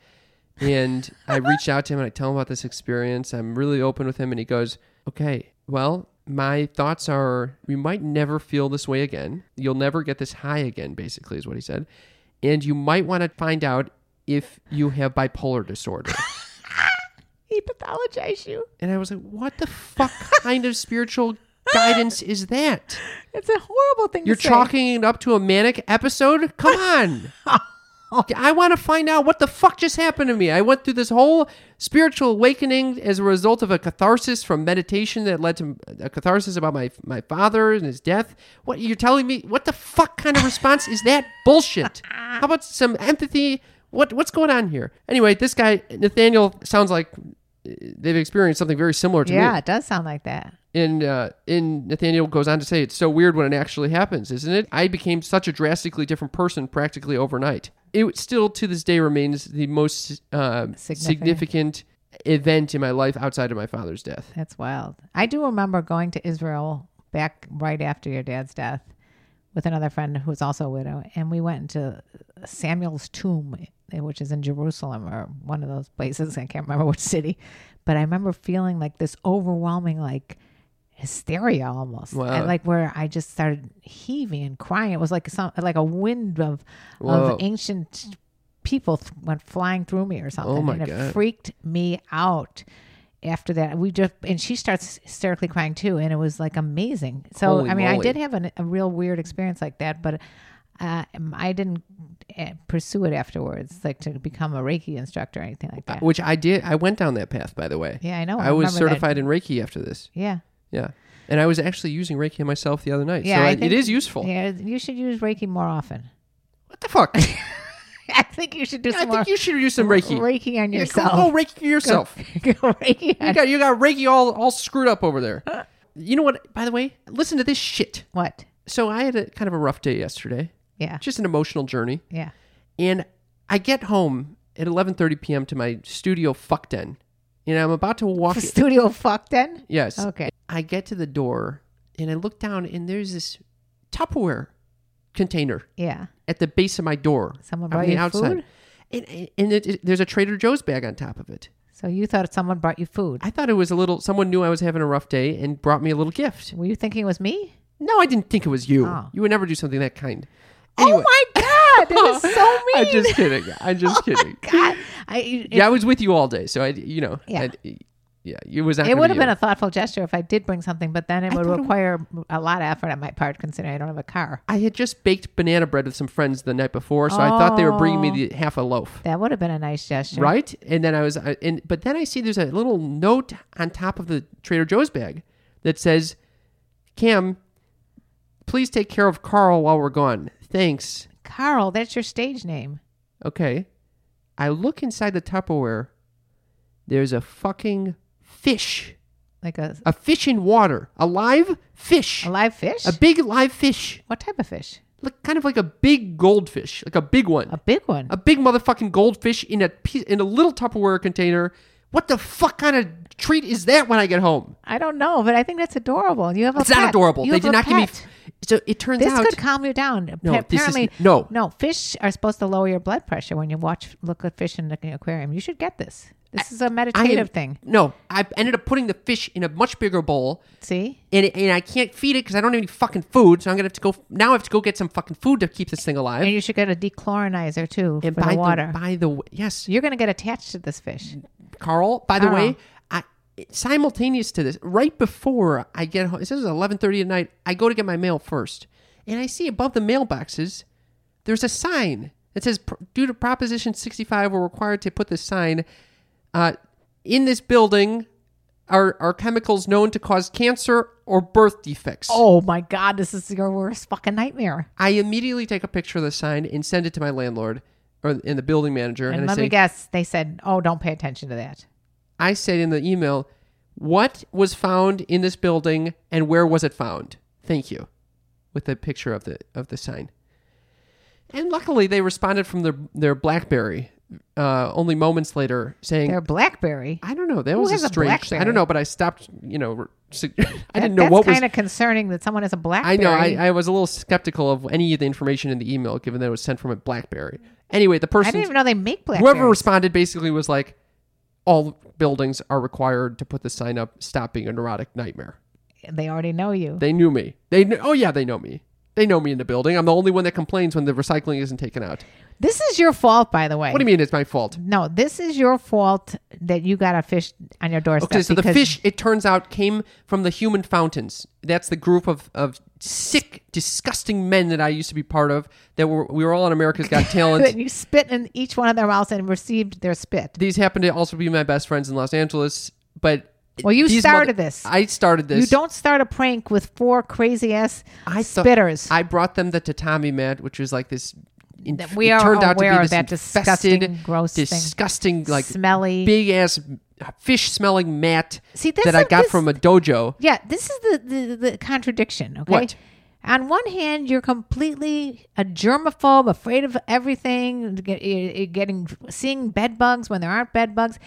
[SPEAKER 3] and
[SPEAKER 2] <laughs>
[SPEAKER 3] I reached out to him and I tell him about this experience. I'm really open with him, and he goes, "Okay, well." My thoughts are you might never feel this way again. You'll never get this high again, basically, is what he said. And you might want to find out if you have bipolar disorder.
[SPEAKER 2] He pathologized you.
[SPEAKER 3] And I was like, what the fuck kind of spiritual guidance is that?
[SPEAKER 2] It's a horrible thing
[SPEAKER 3] You're
[SPEAKER 2] to say.
[SPEAKER 3] chalking it up to a manic episode? Come on.
[SPEAKER 2] <laughs>
[SPEAKER 3] I want to find out what the fuck just happened to me. I went through this whole spiritual awakening as a result of a catharsis from meditation that led to a catharsis about my my father and his death. What you're telling me? What the fuck kind of response is that?
[SPEAKER 2] <laughs>
[SPEAKER 3] Bullshit. How about some empathy? What what's going on here? Anyway, this guy Nathaniel sounds like uh, they've experienced something very similar to me.
[SPEAKER 2] Yeah, it does sound like that.
[SPEAKER 3] And uh, and Nathaniel goes on to say, "It's so weird when it actually happens, isn't it? I became such a drastically different person practically overnight. It still to this day remains the most uh, significant.
[SPEAKER 2] Significant.
[SPEAKER 3] event in my life outside of my father's death.
[SPEAKER 2] That's wild. I do remember going to Israel back right after your dad's death with another friend who was also a widow, and we went into Samuel's tomb, eh, which is in Jerusalem or one of those places. I can't remember which city, but I remember feeling like this overwhelming, like hysteria almost,
[SPEAKER 3] Wow.
[SPEAKER 2] and like where I just started heaving and crying. It was like some like a wind of
[SPEAKER 3] Whoa.
[SPEAKER 2] of ancient people th- went flying through me or something,
[SPEAKER 3] Oh my
[SPEAKER 2] and it
[SPEAKER 3] God.
[SPEAKER 2] freaked me out after that we just and she starts hysterically crying too and it was like amazing so
[SPEAKER 3] Holy
[SPEAKER 2] i mean i
[SPEAKER 3] moly.
[SPEAKER 2] did have an, a real weird experience like that but uh, um, i didn't uh, pursue it afterwards like to become a reiki instructor or anything like that
[SPEAKER 3] Which I did. I went down that path, by the way.
[SPEAKER 2] yeah i know
[SPEAKER 3] I was
[SPEAKER 2] remember that.
[SPEAKER 3] certified in Reiki after this.
[SPEAKER 2] yeah
[SPEAKER 3] Yeah, and I was actually using Reiki myself the other night.
[SPEAKER 2] yeah
[SPEAKER 3] so
[SPEAKER 2] I
[SPEAKER 3] I-
[SPEAKER 2] think-
[SPEAKER 3] it is useful.
[SPEAKER 2] yeah you should use reiki more often <laughs>
[SPEAKER 3] What the fuck?
[SPEAKER 2] i think you should do
[SPEAKER 3] I
[SPEAKER 2] some more
[SPEAKER 3] think you should use some Reiki.
[SPEAKER 2] reiki on
[SPEAKER 3] Yeah,
[SPEAKER 2] yourself <laughs>
[SPEAKER 3] Go, go Reiki yourself.
[SPEAKER 2] reiki on-
[SPEAKER 3] You got you got Reiki all all screwed up over there. You know what? By the way, listen to this shit.
[SPEAKER 2] <laughs> what
[SPEAKER 3] So I had a kind of a rough day yesterday,
[SPEAKER 2] yeah
[SPEAKER 3] just an emotional journey,
[SPEAKER 2] yeah
[SPEAKER 3] and I get home at 11:30 p.m. to my studio fuck den, and I'm about to walk.
[SPEAKER 2] the <laughs> studio fuck then
[SPEAKER 3] yes.
[SPEAKER 2] okay
[SPEAKER 3] I get to the door and I look down and there's this Tupperware container
[SPEAKER 2] yeah
[SPEAKER 3] at the base of my door.
[SPEAKER 2] Someone
[SPEAKER 3] on
[SPEAKER 2] brought
[SPEAKER 3] the
[SPEAKER 2] you
[SPEAKER 3] outside.
[SPEAKER 2] food?
[SPEAKER 3] And, and it, it- there's a Trader Joe's bag on top of it.
[SPEAKER 2] so you thought someone brought you food
[SPEAKER 3] I thought it was a little. Someone knew I was having a rough day and brought me a little gift.
[SPEAKER 2] were you thinking it was me
[SPEAKER 3] No, I didn't think it was you.
[SPEAKER 2] Oh.
[SPEAKER 3] You would never do something that kind.
[SPEAKER 2] Oh my god, that is so mean.
[SPEAKER 3] <laughs>
[SPEAKER 2] Oh
[SPEAKER 3] I'm
[SPEAKER 2] <laughs>
[SPEAKER 3] just kidding. I'm just kidding.
[SPEAKER 2] God, I, it,
[SPEAKER 3] Yeah, I was with you all day, so I, you know,
[SPEAKER 2] Yeah.
[SPEAKER 3] I, yeah, it was. Not
[SPEAKER 2] it
[SPEAKER 3] gonna
[SPEAKER 2] would
[SPEAKER 3] be
[SPEAKER 2] have been
[SPEAKER 3] you.
[SPEAKER 2] a thoughtful gesture if I did bring something, but then it would
[SPEAKER 3] thought it
[SPEAKER 2] require a lot of effort on my part, considering I don't have a car.
[SPEAKER 3] I had just baked banana bread with some friends the night before, so I thought they were bringing
[SPEAKER 2] Oh.
[SPEAKER 3] me the half a loaf,
[SPEAKER 2] That would have been a nice gesture,
[SPEAKER 3] right? And then I was, I, and but then I see there's a little note on top of the Trader Joe's bag that says, "Cam, please take care of Carl while we're gone. Thanks."
[SPEAKER 2] Carl? That's your stage name.
[SPEAKER 3] Okay. I look inside the Tupperware. There's a fucking fish.
[SPEAKER 2] Like a,
[SPEAKER 3] A fish in water. A live fish.
[SPEAKER 2] a live fish?
[SPEAKER 3] A big live fish.
[SPEAKER 2] what type of fish?
[SPEAKER 3] Like kind of like a big goldfish. Like a big one.
[SPEAKER 2] A big one.
[SPEAKER 3] A big motherfucking goldfish in a piece, in a little Tupperware container. What the fuck kind of treat is that when I get home?
[SPEAKER 2] I don't know, but I think that's adorable. You have a
[SPEAKER 3] It's not
[SPEAKER 2] pet.
[SPEAKER 3] adorable.
[SPEAKER 2] You
[SPEAKER 3] they
[SPEAKER 2] have
[SPEAKER 3] did
[SPEAKER 2] a
[SPEAKER 3] not give me.
[SPEAKER 2] pet.
[SPEAKER 3] F- so it turns
[SPEAKER 2] This
[SPEAKER 3] out
[SPEAKER 2] could calm you down.
[SPEAKER 3] No,
[SPEAKER 2] Appa-
[SPEAKER 3] this is-
[SPEAKER 2] Apparently,
[SPEAKER 3] no.
[SPEAKER 2] no. Fish are supposed to lower your blood pressure when you watch, look at fish in the aquarium. You should get this. This is a
[SPEAKER 3] I
[SPEAKER 2] meditative
[SPEAKER 3] am-
[SPEAKER 2] thing.
[SPEAKER 3] No, I ended up putting the fish in a much bigger bowl.
[SPEAKER 2] See,
[SPEAKER 3] and, it, and I can't feed it because I don't have any fucking food. So I'm gonna have to go now. I have to go get some fucking food to keep this thing alive.
[SPEAKER 2] And you should get a dechlorinizer too
[SPEAKER 3] And
[SPEAKER 2] for
[SPEAKER 3] by
[SPEAKER 2] the water.
[SPEAKER 3] by the way, yes,
[SPEAKER 2] You're going to get attached to this fish.
[SPEAKER 3] Carl. By the
[SPEAKER 2] Carl.
[SPEAKER 3] way, I simultaneous to this, right before I get home, this is 11:30 at night. I go to get my mail first, and I see above the mailboxes there's a sign that says, "Pro- "Due to Proposition 65, we're required to put this sign uh, in this building." Are, are chemicals known to cause cancer or birth defects?
[SPEAKER 2] Oh my God, this is your worst fucking nightmare.
[SPEAKER 3] I immediately take a picture of the sign and send it to my landlord or in the building manager,
[SPEAKER 2] And,
[SPEAKER 3] and, I
[SPEAKER 2] let
[SPEAKER 3] say,
[SPEAKER 2] me guess, they said, oh, don't pay attention to that.
[SPEAKER 3] I said in the email, what was found in this building and where was it found? Thank you, with a picture of the of the sign. And luckily, they responded from their their BlackBerry uh, only moments later, saying,
[SPEAKER 2] They're Blackberry.
[SPEAKER 3] "I don't know, that
[SPEAKER 2] Who
[SPEAKER 3] was a
[SPEAKER 2] has a
[SPEAKER 3] strange. thing. I don't
[SPEAKER 2] BlackBerry?
[SPEAKER 3] know, but I stopped. You know, re- sig- <laughs> I didn't know
[SPEAKER 2] That's
[SPEAKER 3] what was
[SPEAKER 2] kind of concerning that someone has a
[SPEAKER 3] I
[SPEAKER 2] Blackberry.
[SPEAKER 3] know. I, I was a little skeptical of any of the information in the email, given that it was sent from a BlackBerry. Anyway, the
[SPEAKER 2] I
[SPEAKER 3] person,
[SPEAKER 2] didn't even know they make Blackberry.
[SPEAKER 3] whoever responded, basically was like, "All buildings are required to put the sign up. Stop being a neurotic nightmare."
[SPEAKER 2] they already know you.
[SPEAKER 3] They knew me. They kn- oh yeah, they know me. They know me in the building. I'm the only one that complains when the recycling isn't taken out.
[SPEAKER 2] This is your fault, by the way.
[SPEAKER 3] What do you mean it's my fault?
[SPEAKER 2] No, this is your fault that you got a fish on your doorstep.
[SPEAKER 3] Okay, so the
[SPEAKER 2] because-
[SPEAKER 3] fish, it turns out, came from the human fountains. That's the group of, of sick, disgusting men that I used to be part of. That were we were all on America's
[SPEAKER 2] <laughs>
[SPEAKER 3] Got
[SPEAKER 2] that
[SPEAKER 3] Talent.
[SPEAKER 2] you spit in each one of their mouths and received their spit.
[SPEAKER 3] These happened to also be my best friends in Los Angeles. But
[SPEAKER 2] Well, you
[SPEAKER 3] these
[SPEAKER 2] started this.
[SPEAKER 3] I started this.
[SPEAKER 2] You don't start a prank with four crazy ass
[SPEAKER 3] I thought-
[SPEAKER 2] spitters.
[SPEAKER 3] I brought them the tatami mat, which was like this. in-
[SPEAKER 2] That we
[SPEAKER 3] it
[SPEAKER 2] are
[SPEAKER 3] turned out to be
[SPEAKER 2] aware of
[SPEAKER 3] this
[SPEAKER 2] that
[SPEAKER 3] infested,
[SPEAKER 2] disgusting, gross thing.
[SPEAKER 3] disgusting, like
[SPEAKER 2] Smelly.
[SPEAKER 3] big ass fish smelling mat.
[SPEAKER 2] See, this
[SPEAKER 3] that I
[SPEAKER 2] is-
[SPEAKER 3] got
[SPEAKER 2] this-
[SPEAKER 3] from a dojo.
[SPEAKER 2] yeah, this is the, the, the contradiction, okay?
[SPEAKER 3] What?
[SPEAKER 2] On one hand, you're completely a germaphobe, afraid of everything, get- eh, getting seeing bed bugs when there aren't bed bugs,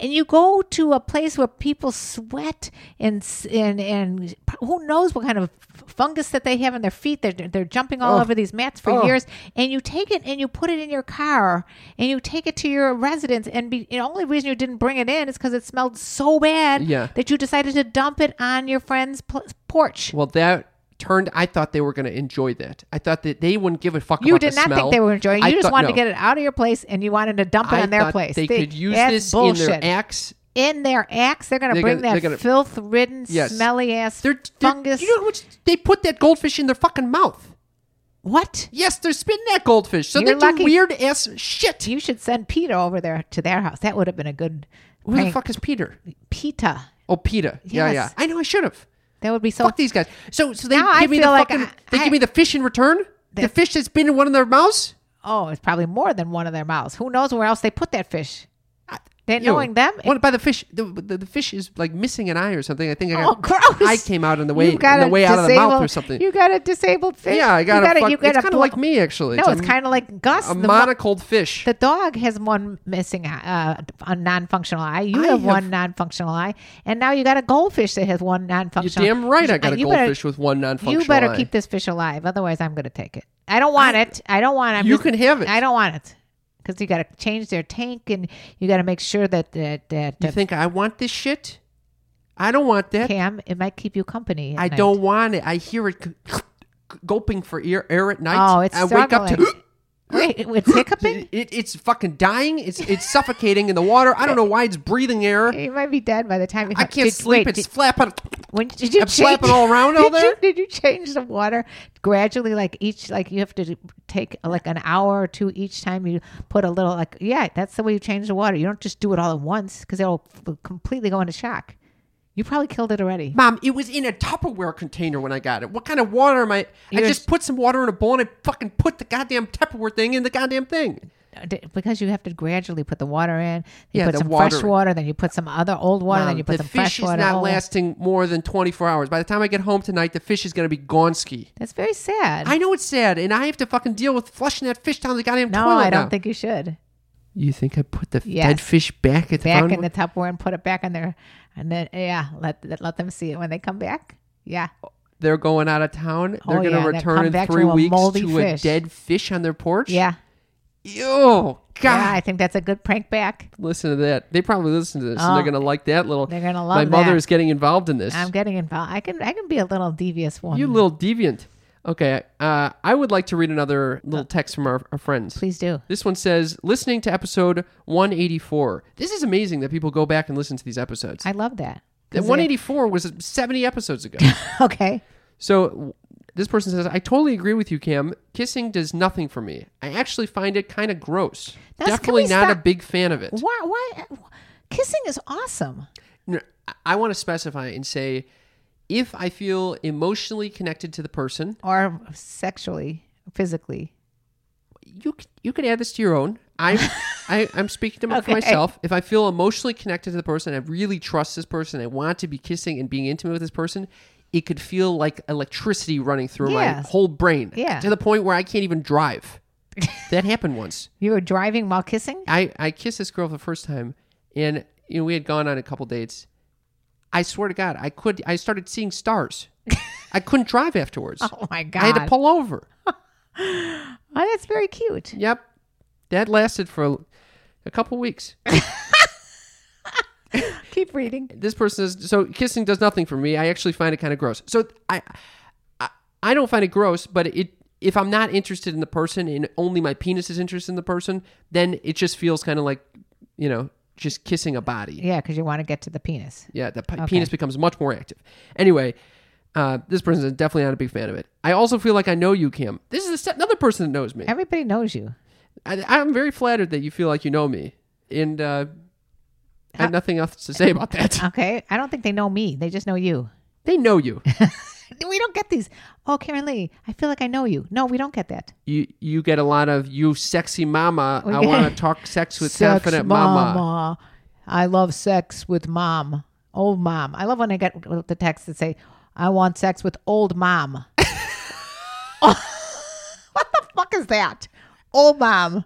[SPEAKER 2] and you go to a place where people sweat and s- and and who knows what kind of fungus that they have in their feet. They're they're jumping all over these mats for
[SPEAKER 3] Oh.
[SPEAKER 2] years, and you take it and you put it in your car and you take it to your residence. And be, the only reason you didn't bring it in is because it smelled so bad
[SPEAKER 3] Yeah.
[SPEAKER 2] that you decided to dump it on your friend's pl- porch.
[SPEAKER 3] Well, that turned. I thought they were going to enjoy that. I thought that they wouldn't give a fuck.
[SPEAKER 2] You
[SPEAKER 3] about the
[SPEAKER 2] did not
[SPEAKER 3] smell.
[SPEAKER 2] think they were enjoying. it.
[SPEAKER 3] I
[SPEAKER 2] You just
[SPEAKER 3] thought-
[SPEAKER 2] wanted
[SPEAKER 3] no.
[SPEAKER 2] to get it out of your place, and you wanted to dump it
[SPEAKER 3] I
[SPEAKER 2] on their
[SPEAKER 3] thought
[SPEAKER 2] place.
[SPEAKER 3] They, could use
[SPEAKER 2] that's
[SPEAKER 3] this in
[SPEAKER 2] bullshit.
[SPEAKER 3] their acts.
[SPEAKER 2] In their acts, they're going to
[SPEAKER 3] They're
[SPEAKER 2] bring
[SPEAKER 3] gonna- they're
[SPEAKER 2] that
[SPEAKER 3] gonna-
[SPEAKER 2] filth-ridden,
[SPEAKER 3] Yes.
[SPEAKER 2] smelly ass
[SPEAKER 3] They're, they're
[SPEAKER 2] fungus.
[SPEAKER 3] You know how much they put that goldfish in their fucking mouth.
[SPEAKER 2] what?
[SPEAKER 3] Yes, they're spitting that goldfish. So
[SPEAKER 2] You're
[SPEAKER 3] they
[SPEAKER 2] lucky.
[SPEAKER 3] do weird ass shit.
[SPEAKER 2] You should send Peter over there to their house. That would have been a good.
[SPEAKER 3] Who the
[SPEAKER 2] prank.
[SPEAKER 3] fuck is Peter?
[SPEAKER 2] Pita?
[SPEAKER 3] Oh, Peter. Yeah,
[SPEAKER 2] Yes.
[SPEAKER 3] yeah. I know. I should have.
[SPEAKER 2] That would be so.
[SPEAKER 3] Fuck these guys. So, so they
[SPEAKER 2] Now I
[SPEAKER 3] give me the
[SPEAKER 2] feel like
[SPEAKER 3] fucking.
[SPEAKER 2] I-
[SPEAKER 3] they
[SPEAKER 2] I-
[SPEAKER 3] give me the fish in return. The
[SPEAKER 2] That-
[SPEAKER 3] fish that's been in one of their mouths.
[SPEAKER 2] Oh, it's probably more than one of their mouths. Who knows where else they put that fish?
[SPEAKER 3] I-
[SPEAKER 2] They
[SPEAKER 3] Ew.
[SPEAKER 2] knowing them.
[SPEAKER 3] What by the fish? The, the, the fish is like missing an eye or something. I think I
[SPEAKER 2] Oh,
[SPEAKER 3] got.
[SPEAKER 2] gross!
[SPEAKER 3] I came out on the way
[SPEAKER 2] You've got
[SPEAKER 3] on the
[SPEAKER 2] a
[SPEAKER 3] way out of the mouth or
[SPEAKER 2] disabled-
[SPEAKER 3] something.
[SPEAKER 2] You got a disabled fish.
[SPEAKER 3] yeah, I
[SPEAKER 2] You
[SPEAKER 3] got a fuck-
[SPEAKER 2] you
[SPEAKER 3] It's
[SPEAKER 2] a
[SPEAKER 3] kind of
[SPEAKER 2] blo-
[SPEAKER 3] like me actually.
[SPEAKER 2] No, it's kind of like Gus.
[SPEAKER 3] a
[SPEAKER 2] the mo-
[SPEAKER 3] monocled fish.
[SPEAKER 2] The dog has one missing, uh, a non-functional eye. You
[SPEAKER 3] I
[SPEAKER 2] have,
[SPEAKER 3] have-
[SPEAKER 2] one non-functional eye, and now you got a goldfish that has one
[SPEAKER 3] You're
[SPEAKER 2] non-functional.
[SPEAKER 3] damn right. I got a
[SPEAKER 2] You better-
[SPEAKER 3] goldfish with one non-functional.
[SPEAKER 2] You better
[SPEAKER 3] eye.
[SPEAKER 2] keep this fish alive, otherwise I'm going to take it. I don't want it. I don't want it.
[SPEAKER 3] You can have it.
[SPEAKER 2] I don't want it because you got to change their tank, and you got to make sure that that that.
[SPEAKER 3] You
[SPEAKER 2] that
[SPEAKER 3] think I want this shit? I don't want that.
[SPEAKER 2] Cam, it might keep you company. at
[SPEAKER 3] I
[SPEAKER 2] night.
[SPEAKER 3] don't want it. I hear it gulping for air, air at night.
[SPEAKER 2] Oh, it's
[SPEAKER 3] I wake up to. <gasps>
[SPEAKER 2] struggling. Wait, it's
[SPEAKER 3] <laughs>
[SPEAKER 2] hiccuping.
[SPEAKER 3] It, it's fucking dying. It's it's suffocating in the water. I don't know why it's breathing
[SPEAKER 2] <laughs>
[SPEAKER 3] air.
[SPEAKER 2] You might be dead by the time you.
[SPEAKER 3] I can't
[SPEAKER 2] Did-
[SPEAKER 3] sleep.
[SPEAKER 2] wait,
[SPEAKER 3] it's
[SPEAKER 2] did-
[SPEAKER 3] flapping.
[SPEAKER 2] When did you
[SPEAKER 3] I'm
[SPEAKER 2] change
[SPEAKER 3] flapping all around
[SPEAKER 2] <laughs>
[SPEAKER 3] all
[SPEAKER 2] did
[SPEAKER 3] there?
[SPEAKER 2] You, did you change the water gradually? Like each, like you have to do- take like an hour or two each time you put a little. Like yeah, that's the way you change the water. You don't just do it all at once because it'll f- completely go into shock. You probably killed it already.
[SPEAKER 3] <laughs> Mom, it was in a Tupperware container when I got it. What kind of water am I? I
[SPEAKER 2] You're-
[SPEAKER 3] just put some water in a bowl and I fucking put the goddamn Tupperware thing in the goddamn thing.
[SPEAKER 2] Uh, D- Because you have to gradually put the water in. You
[SPEAKER 3] Yeah,
[SPEAKER 2] put
[SPEAKER 3] the
[SPEAKER 2] some fresh
[SPEAKER 3] water.
[SPEAKER 2] water, then you put some other old water,
[SPEAKER 3] Mom,
[SPEAKER 2] then you put
[SPEAKER 3] Um, the
[SPEAKER 2] some
[SPEAKER 3] fish
[SPEAKER 2] fresh
[SPEAKER 3] is
[SPEAKER 2] water. Oh.
[SPEAKER 3] not
[SPEAKER 2] old-
[SPEAKER 3] lasting more than 24 hours. By the time I get home tonight, the fish is going to be gone ski.
[SPEAKER 2] That's very sad.
[SPEAKER 3] I know it's sad, and I have to fucking deal with flushing that fish down the goddamn
[SPEAKER 2] no,
[SPEAKER 3] toilet.
[SPEAKER 2] I don't
[SPEAKER 3] now.
[SPEAKER 2] think you should.
[SPEAKER 3] You think I put the
[SPEAKER 2] Yes.
[SPEAKER 3] dead fish back at the
[SPEAKER 2] back
[SPEAKER 3] fountain?
[SPEAKER 2] in the Tupperware and put it back on their, and then yeah, let let them see it when they come back. Yeah,
[SPEAKER 3] Oh, They're going out of town. They're
[SPEAKER 2] Oh,
[SPEAKER 3] going
[SPEAKER 2] yeah, they come
[SPEAKER 3] return in
[SPEAKER 2] back
[SPEAKER 3] three
[SPEAKER 2] to a
[SPEAKER 3] weeks
[SPEAKER 2] moldy
[SPEAKER 3] to
[SPEAKER 2] fish.
[SPEAKER 3] a dead fish on their porch.
[SPEAKER 2] yeah,
[SPEAKER 3] Ew. God.
[SPEAKER 2] yeah. I think that's a good prank back.
[SPEAKER 3] Listen to that. They probably listen to this,
[SPEAKER 2] Oh.
[SPEAKER 3] and they're going to like that little.
[SPEAKER 2] They're gonna
[SPEAKER 3] My
[SPEAKER 2] love
[SPEAKER 3] mother
[SPEAKER 2] that.
[SPEAKER 3] is getting involved in this.
[SPEAKER 2] I'm getting involved. I can I can be a little devious one.
[SPEAKER 3] you little deviant. Okay, uh, I would like to read another little text from our, our friends.
[SPEAKER 2] Uh, please do.
[SPEAKER 3] This one says, listening to episode 184. This is amazing that people go back and listen to these episodes.
[SPEAKER 2] I love that.
[SPEAKER 3] That 184 was 70
[SPEAKER 2] <laughs>
[SPEAKER 3] episodes ago.
[SPEAKER 2] Okay.
[SPEAKER 3] So w- this person says, I totally agree with you, Cam. Kissing does nothing for me. I actually find it kind of gross.
[SPEAKER 2] That's- can
[SPEAKER 3] Definitely
[SPEAKER 2] we
[SPEAKER 3] not a
[SPEAKER 2] stop-
[SPEAKER 3] big fan of it.
[SPEAKER 2] Why why kissing is awesome.
[SPEAKER 3] No, I- I want to specify and say, if I feel emotionally connected to the person,
[SPEAKER 2] Or sexually, physically.
[SPEAKER 3] you c- you could add this to your own.
[SPEAKER 2] <laughs>
[SPEAKER 3] I'm I, I'm speaking to my, for
[SPEAKER 2] Okay.
[SPEAKER 3] myself. If I feel emotionally connected to the person, I really trust this person. I want to be kissing and being intimate with this person. It could feel like electricity running through my
[SPEAKER 2] Yes.
[SPEAKER 3] whole brain.
[SPEAKER 2] Yeah.
[SPEAKER 3] To the point where I can't
[SPEAKER 2] <laughs>
[SPEAKER 3] even drive. that happened once.
[SPEAKER 2] You were driving while kissing?
[SPEAKER 3] I I kissed this girl for the first time, and you know we had gone on a couple dates. I swear to God, I could. I started seeing stars. I couldn't drive afterwards.
[SPEAKER 2] <laughs> Oh my god.
[SPEAKER 3] I had to pull over.
[SPEAKER 2] oh, that's very cute.
[SPEAKER 3] Yep. That lasted for a couple weeks.
[SPEAKER 2] Keep reading.
[SPEAKER 3] This person is so kissing does nothing for me. I actually find it kind of gross. So I, I I don't find it gross, but it if I'm not interested in the person and only my penis is interested in the person, then it just feels kind of like, you know, just kissing a body.
[SPEAKER 2] Yeah, because you want to get to the penis.
[SPEAKER 3] Yeah, the p- penis becomes much more active. Anyway, uh, this person is definitely not a big fan of it. I also feel like I know you, Kim. This is a se- another person that knows me.
[SPEAKER 2] Everybody knows you.
[SPEAKER 3] I, I'm very flattered that you feel like you know me, and uh, I have nothing else to say about
[SPEAKER 2] <laughs>
[SPEAKER 3] that.
[SPEAKER 2] Okay. I don't think they know me. They just know you.
[SPEAKER 3] they know you.
[SPEAKER 2] We don't get these. Oh, Karen Lee, I feel like I know you. No, we don't get that.
[SPEAKER 3] You you get a lot of you sexy mama. I
[SPEAKER 2] get-
[SPEAKER 3] want to talk sex with confident mama.
[SPEAKER 2] I love sex with mom. Old mom. I love when I get the texts that say, I want sex with old mom. <laughs> what the fuck is that? Old mom.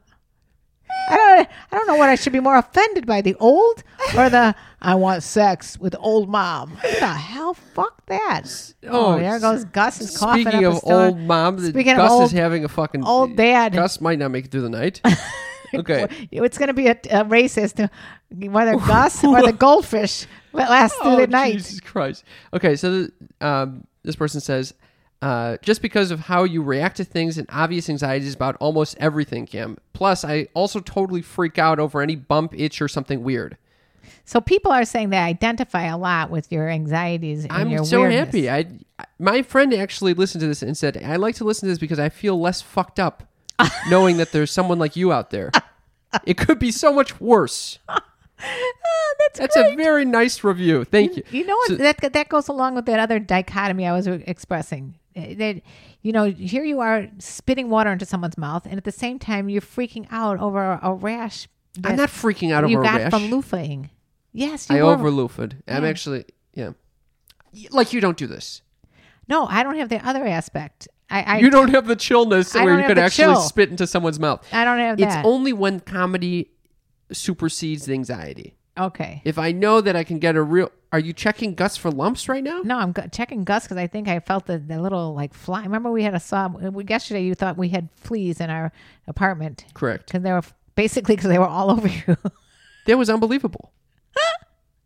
[SPEAKER 2] I don't I don't know what I should be more offended by the old or the I want sex with old mom. What the hell? Fuck that. Oh,
[SPEAKER 3] oh,
[SPEAKER 2] there goes Gus is coughing
[SPEAKER 3] Speaking
[SPEAKER 2] up
[SPEAKER 3] of
[SPEAKER 2] a storm.
[SPEAKER 3] old mom, that
[SPEAKER 2] Speaking of
[SPEAKER 3] Gus
[SPEAKER 2] old-
[SPEAKER 3] is having a fucking
[SPEAKER 2] old dad.
[SPEAKER 3] Gus might not make it through
[SPEAKER 2] <laughs>
[SPEAKER 3] the night. okay,
[SPEAKER 2] It's going to be a, a racist, uh, whether
[SPEAKER 3] <laughs>
[SPEAKER 2] Gus or the goldfish that lasts
[SPEAKER 3] Oh,
[SPEAKER 2] through the night.
[SPEAKER 3] Jesus Christ. Okay, so th- um, this person says, uh, just because of how you react to things and obvious anxieties about almost everything, Kim. Plus, I also totally freak out over any bump, itch, or something weird.
[SPEAKER 2] So people are saying they identify a lot with your anxieties and
[SPEAKER 3] I'm
[SPEAKER 2] your
[SPEAKER 3] so
[SPEAKER 2] weirdness.
[SPEAKER 3] happy. I my friend actually listened to this and said, I like to listen to this because I feel less fucked up
[SPEAKER 2] <laughs>
[SPEAKER 3] knowing that there's someone like you out there. It could be so much worse.
[SPEAKER 2] Oh, That's,
[SPEAKER 3] That's a very nice review. Thank you.
[SPEAKER 2] you know what? that that goes along with that other dichotomy I was expressing. Uh, That you know, here you are spitting water into someone's mouth, and at the same time you're freaking out over a rash that
[SPEAKER 3] I'm not freaking out
[SPEAKER 2] you
[SPEAKER 3] over
[SPEAKER 2] got
[SPEAKER 3] a rash.
[SPEAKER 2] from loofahing. Yes, you
[SPEAKER 3] I
[SPEAKER 2] were.
[SPEAKER 3] over loofed. I'm actually yeah. Y- Like you don't do this.
[SPEAKER 2] no, I don't have the other aspect. I, I
[SPEAKER 3] You don't have the chillness
[SPEAKER 2] I
[SPEAKER 3] where
[SPEAKER 2] don't
[SPEAKER 3] you
[SPEAKER 2] have
[SPEAKER 3] could
[SPEAKER 2] the
[SPEAKER 3] actually
[SPEAKER 2] chill.
[SPEAKER 3] spit into someone's mouth.
[SPEAKER 2] I don't have
[SPEAKER 3] It's
[SPEAKER 2] that.
[SPEAKER 3] only when comedy supersedes the anxiety.
[SPEAKER 2] okay.
[SPEAKER 3] If I know that I can get a real, are you checking Gus for lumps right now?
[SPEAKER 2] No, I'm gu- checking Gus because I think I felt the, the little like fly. Remember, we had a saw. We, yesterday, you thought we had fleas in our apartment
[SPEAKER 3] Correct.
[SPEAKER 2] because they were basically because they were all <laughs> over you.
[SPEAKER 3] That was <laughs> unbelievable.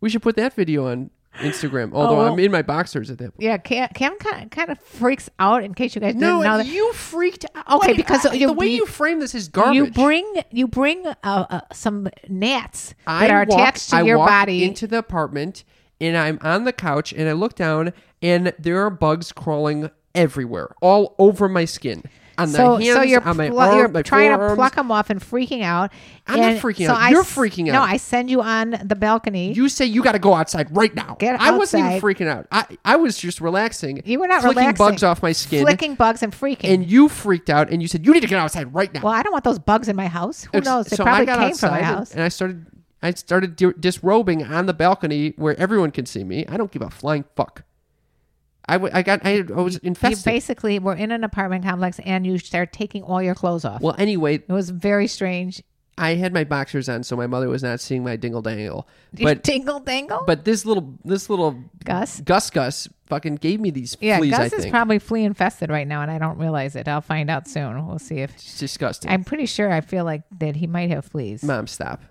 [SPEAKER 3] we should put that video on Instagram. Although
[SPEAKER 2] well-
[SPEAKER 3] I'm in my boxers at that point.
[SPEAKER 2] yeah, Cam, Cam kind, of, kind of freaks out. In case you guys
[SPEAKER 3] No,
[SPEAKER 2] didn't know,
[SPEAKER 3] and
[SPEAKER 2] that-
[SPEAKER 3] you freaked out.
[SPEAKER 2] Okay,
[SPEAKER 3] Wait,
[SPEAKER 2] because
[SPEAKER 3] I-
[SPEAKER 2] you-
[SPEAKER 3] the way
[SPEAKER 2] you-
[SPEAKER 3] you frame this is garbage.
[SPEAKER 2] you bring you bring uh, uh, some gnats
[SPEAKER 3] I
[SPEAKER 2] that are
[SPEAKER 3] walk-
[SPEAKER 2] attached to
[SPEAKER 3] I
[SPEAKER 2] your
[SPEAKER 3] walk
[SPEAKER 2] body.
[SPEAKER 3] into the apartment, and I'm on the couch, and I look down, and there are bugs crawling everywhere, all over my skin, on
[SPEAKER 2] so,
[SPEAKER 3] the hands,
[SPEAKER 2] so you're,
[SPEAKER 3] on my
[SPEAKER 2] pl- you're
[SPEAKER 3] arm, my
[SPEAKER 2] trying to
[SPEAKER 3] forearms.
[SPEAKER 2] pluck them off and freaking out.
[SPEAKER 3] I'm not
[SPEAKER 2] And
[SPEAKER 3] freaking
[SPEAKER 2] so
[SPEAKER 3] out.
[SPEAKER 2] I
[SPEAKER 3] You're
[SPEAKER 2] s-
[SPEAKER 3] freaking
[SPEAKER 2] No,
[SPEAKER 3] out.
[SPEAKER 2] I send you on the balcony.
[SPEAKER 3] You say you got to go outside right now.
[SPEAKER 2] Get
[SPEAKER 3] I wasn't even
[SPEAKER 2] outside.
[SPEAKER 3] freaking out. I, I was just relaxing.
[SPEAKER 2] You were not
[SPEAKER 3] flicking
[SPEAKER 2] relaxing.
[SPEAKER 3] bugs off my skin,
[SPEAKER 2] flicking bugs and freaking.
[SPEAKER 3] and you freaked out, and you said you need to get outside right now.
[SPEAKER 2] Well, I don't want those bugs in my house. Who
[SPEAKER 3] Ex-
[SPEAKER 2] knows? They
[SPEAKER 3] so I
[SPEAKER 2] probably
[SPEAKER 3] got
[SPEAKER 2] came from
[SPEAKER 3] outside
[SPEAKER 2] my
[SPEAKER 3] and-
[SPEAKER 2] house.
[SPEAKER 3] and I started. I started di- disrobing on the balcony where everyone can see me. I don't give a flying fuck. I, w- I got. I, I was
[SPEAKER 2] You
[SPEAKER 3] infested.
[SPEAKER 2] basically were in an apartment complex and you start taking all your clothes off.
[SPEAKER 3] well, anyway,
[SPEAKER 2] it was very strange.
[SPEAKER 3] I had my boxers on, so my mother was not seeing my dingle dangle.
[SPEAKER 2] Did you
[SPEAKER 3] But
[SPEAKER 2] tingle dangle?
[SPEAKER 3] but this little this little
[SPEAKER 2] Gus?
[SPEAKER 3] Gus Gus fucking gave me these
[SPEAKER 2] yeah,
[SPEAKER 3] fleas.
[SPEAKER 2] Gus
[SPEAKER 3] I
[SPEAKER 2] is
[SPEAKER 3] think
[SPEAKER 2] probably flea infested right now and I don't realize it. I'll find out soon. We'll see if.
[SPEAKER 3] it's disgusting.
[SPEAKER 2] I'm pretty sure I feel like that he might have fleas.
[SPEAKER 3] Mom, stop.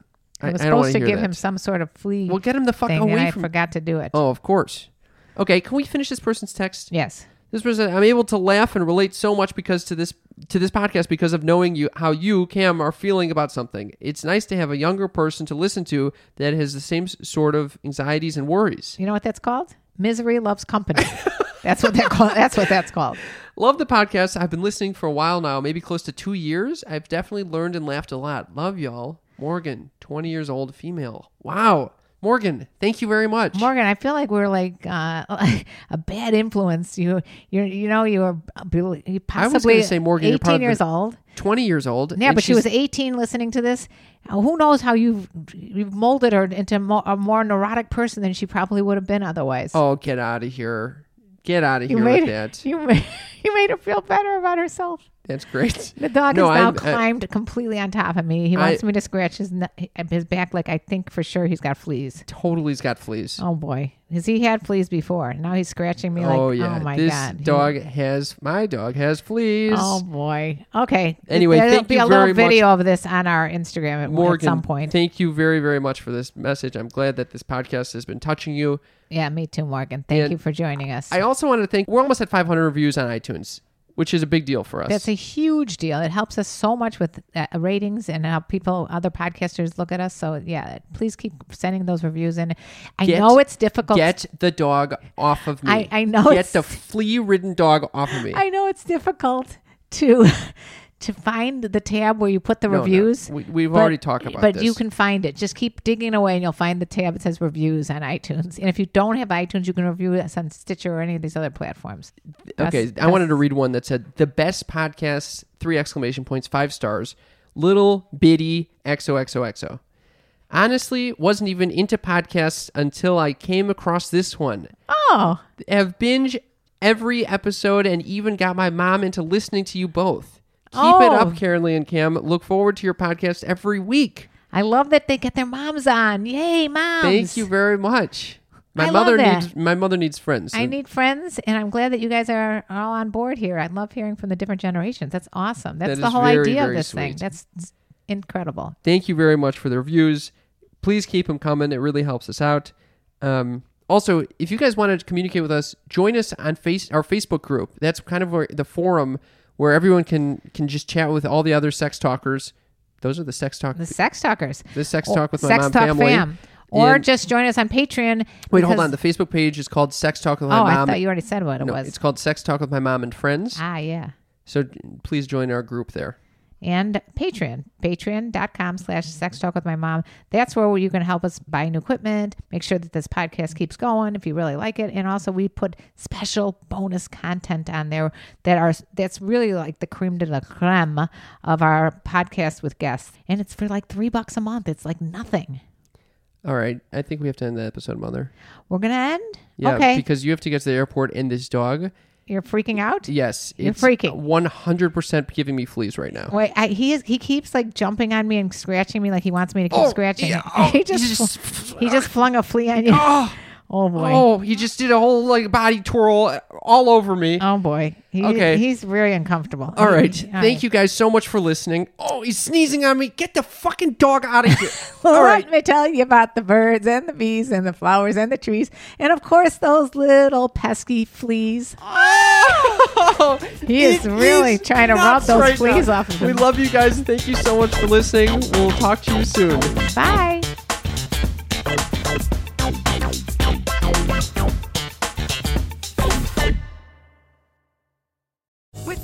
[SPEAKER 2] I was
[SPEAKER 3] don't wanna
[SPEAKER 2] supposed to
[SPEAKER 3] hear
[SPEAKER 2] give
[SPEAKER 3] that.
[SPEAKER 2] him some sort of flea
[SPEAKER 3] Well, get him the fuck
[SPEAKER 2] thing and
[SPEAKER 3] away
[SPEAKER 2] I
[SPEAKER 3] from.
[SPEAKER 2] forgot to do it.
[SPEAKER 3] Oh, of course. Okay, can we finish this person's text?
[SPEAKER 2] Yes.
[SPEAKER 3] This person, I'm able to laugh and relate so much because to this to this podcast because of knowing you how you Cam are feeling about something. It's nice to have a younger person to listen to that has the same s- sort of anxieties and worries.
[SPEAKER 2] You know what that's called? Misery loves
[SPEAKER 3] <laughs>
[SPEAKER 2] company. that's what that called. That's what that's called.
[SPEAKER 3] Love the podcast. I've been listening for a while now, maybe close to two years. I've definitely learned and laughed a lot. Love y'all, Morgan, 20 years old, female. Wow, Morgan, thank you very much.
[SPEAKER 2] Morgan, I feel like we're like uh, <laughs> a bad influence. You, you, you know, you were bel- you
[SPEAKER 3] was
[SPEAKER 2] possibly
[SPEAKER 3] gonna say, Morgan, you're
[SPEAKER 2] eighteen
[SPEAKER 3] part of
[SPEAKER 2] years
[SPEAKER 3] the-
[SPEAKER 2] old.
[SPEAKER 3] 20 years old.
[SPEAKER 2] Yeah,
[SPEAKER 3] and
[SPEAKER 2] but she
[SPEAKER 3] she's-
[SPEAKER 2] was eighteen listening to this. Who knows how you've you've molded her into mo- a more neurotic person than she probably would have been otherwise.
[SPEAKER 3] Oh, get out of here. Get out of
[SPEAKER 2] you
[SPEAKER 3] here
[SPEAKER 2] made
[SPEAKER 3] with
[SPEAKER 2] her, <laughs>
[SPEAKER 3] that.
[SPEAKER 2] you made, you made her feel better about herself. <laughs>
[SPEAKER 3] That's great.
[SPEAKER 2] The dog
[SPEAKER 3] No,
[SPEAKER 2] has now
[SPEAKER 3] I'm- I-
[SPEAKER 2] climbed completely on top of me. He
[SPEAKER 3] I-
[SPEAKER 2] wants me to scratch his ne- his back like I think for sure he's got fleas.
[SPEAKER 3] Totally, has got fleas.
[SPEAKER 2] Oh boy, has he had fleas before? Now he's scratching me like,
[SPEAKER 3] oh yeah,
[SPEAKER 2] oh my
[SPEAKER 3] this
[SPEAKER 2] god, He-
[SPEAKER 3] dog has my dog has fleas.
[SPEAKER 2] Oh boy. Okay.
[SPEAKER 3] Anyway,
[SPEAKER 2] there'll
[SPEAKER 3] thank
[SPEAKER 2] be
[SPEAKER 3] you
[SPEAKER 2] a
[SPEAKER 3] very
[SPEAKER 2] little
[SPEAKER 3] much.
[SPEAKER 2] video of this on our Instagram at,
[SPEAKER 3] Morgan,
[SPEAKER 2] at some point.
[SPEAKER 3] thank you very very much for this message. I'm glad that this podcast has been touching you.
[SPEAKER 2] yeah, me too, Morgan. Thank
[SPEAKER 3] And
[SPEAKER 2] you for joining us.
[SPEAKER 3] I also wanted to thank. We're almost at 500 reviews on iTunes, which is a big deal for us.
[SPEAKER 2] That's a huge deal. It helps us so much with uh, ratings and how people, other podcasters look at us. So yeah, please keep sending those reviews in. I
[SPEAKER 3] Get-
[SPEAKER 2] know it's difficult.
[SPEAKER 3] Get the dog off of me.
[SPEAKER 2] I- I know
[SPEAKER 3] Get
[SPEAKER 2] it's-
[SPEAKER 3] the flea-ridden dog off of me.
[SPEAKER 2] I know it's difficult to <laughs> to find the tab where you put the
[SPEAKER 3] No, no.
[SPEAKER 2] reviews.
[SPEAKER 3] We, we've already talked about
[SPEAKER 2] But
[SPEAKER 3] this.
[SPEAKER 2] you can find it. Just keep digging away and you'll find the tab that says reviews on iTunes. And if you don't have iTunes, you can review us on Stitcher or any of these other platforms. That's-
[SPEAKER 3] Okay, I
[SPEAKER 2] that's-
[SPEAKER 3] wanted to read one that said the best podcast, three exclamation points, five stars, little bitty XOXOXO. Honestly, wasn't even into podcasts until I came across this one.
[SPEAKER 2] Oh,
[SPEAKER 3] Have binge every episode and even got my mom into listening to you both. Keep it
[SPEAKER 2] Oh.
[SPEAKER 3] up, Karen Lee and Cam. Look forward to your podcast every week.
[SPEAKER 2] I love that they get their moms on. Yay, moms.
[SPEAKER 3] Thank you very much. My
[SPEAKER 2] I love
[SPEAKER 3] mother
[SPEAKER 2] that.
[SPEAKER 3] needs my mother needs friends.
[SPEAKER 2] I need friends, and I'm glad that you guys are are all on board here. I love hearing from the different generations. That's awesome. That's
[SPEAKER 3] That
[SPEAKER 2] the
[SPEAKER 3] is
[SPEAKER 2] whole
[SPEAKER 3] very,
[SPEAKER 2] idea of
[SPEAKER 3] very
[SPEAKER 2] this thing.
[SPEAKER 3] sweet.
[SPEAKER 2] That's it's incredible.
[SPEAKER 3] thank you very much for the reviews. Please keep them coming. It really helps us out. Um, also, if you guys want to communicate with us, join us on face our Facebook group. That's kind of where the forum where everyone can can just chat with all the other sex talkers. Those are the sex talk.
[SPEAKER 2] The sex talkers.
[SPEAKER 3] The sex
[SPEAKER 2] Or-
[SPEAKER 3] talk with my
[SPEAKER 2] sex
[SPEAKER 3] mom
[SPEAKER 2] talk
[SPEAKER 3] family.
[SPEAKER 2] fam. Or
[SPEAKER 3] And-
[SPEAKER 2] just join us on Patreon.
[SPEAKER 3] Wait, hold
[SPEAKER 2] because-
[SPEAKER 3] on. The Facebook page is called Sex Talk with My
[SPEAKER 2] oh, I
[SPEAKER 3] Mom.
[SPEAKER 2] thought you already said what it
[SPEAKER 3] no,
[SPEAKER 2] was.
[SPEAKER 3] it's called Sex Talk with My Mom and Friends.
[SPEAKER 2] Ah, yeah.
[SPEAKER 3] So please join our group there.
[SPEAKER 2] And Patreon, patreon.com slash sex talk with my mom. That's where you can help us buy new equipment, make sure that this podcast keeps going if you really like it. And also we put special bonus content on there that are that's really like the creme de la creme of our podcast with guests. And it's for like three bucks a month. It's like nothing.
[SPEAKER 3] All right, I think we have to end the episode, Mother.
[SPEAKER 2] We're gonna end?
[SPEAKER 3] Yeah,
[SPEAKER 2] okay.
[SPEAKER 3] because you have to get to the airport and this dog
[SPEAKER 2] You're freaking out?
[SPEAKER 3] Yes,
[SPEAKER 2] You're
[SPEAKER 3] it's
[SPEAKER 2] freaking.
[SPEAKER 3] One hundred percent giving me fleas right now.
[SPEAKER 2] Wait, I, he is he keeps like jumping on me and scratching me like he wants me to keep scratching. <laughs>
[SPEAKER 3] yeah.
[SPEAKER 2] it.
[SPEAKER 3] Oh,
[SPEAKER 2] he just
[SPEAKER 3] he just-
[SPEAKER 2] fl- he just flung a flea on you.
[SPEAKER 3] Oh,
[SPEAKER 2] <laughs> Oh boy. Oh,
[SPEAKER 3] oh, he just did a whole like body twirl all over me.
[SPEAKER 2] Oh, boy. He,
[SPEAKER 3] Okay.
[SPEAKER 2] He's very uncomfortable.
[SPEAKER 3] all right, thank you guys so much for listening. Oh, he's sneezing on me. Get the fucking dog out of
[SPEAKER 2] <laughs>
[SPEAKER 3] here. all right,
[SPEAKER 2] Let me tell you about the birds and the bees and the flowers and the trees and of course those little pesky fleas.
[SPEAKER 3] <laughs> Oh,
[SPEAKER 2] <laughs> He is
[SPEAKER 3] it
[SPEAKER 2] really
[SPEAKER 3] is
[SPEAKER 2] trying to
[SPEAKER 3] nuts
[SPEAKER 2] rub those
[SPEAKER 3] right
[SPEAKER 2] fleas
[SPEAKER 3] now.
[SPEAKER 2] off of
[SPEAKER 3] We
[SPEAKER 2] him.
[SPEAKER 3] love you guys. Thank you so much for listening. We'll talk to you soon.
[SPEAKER 2] Bye.
[SPEAKER 4] With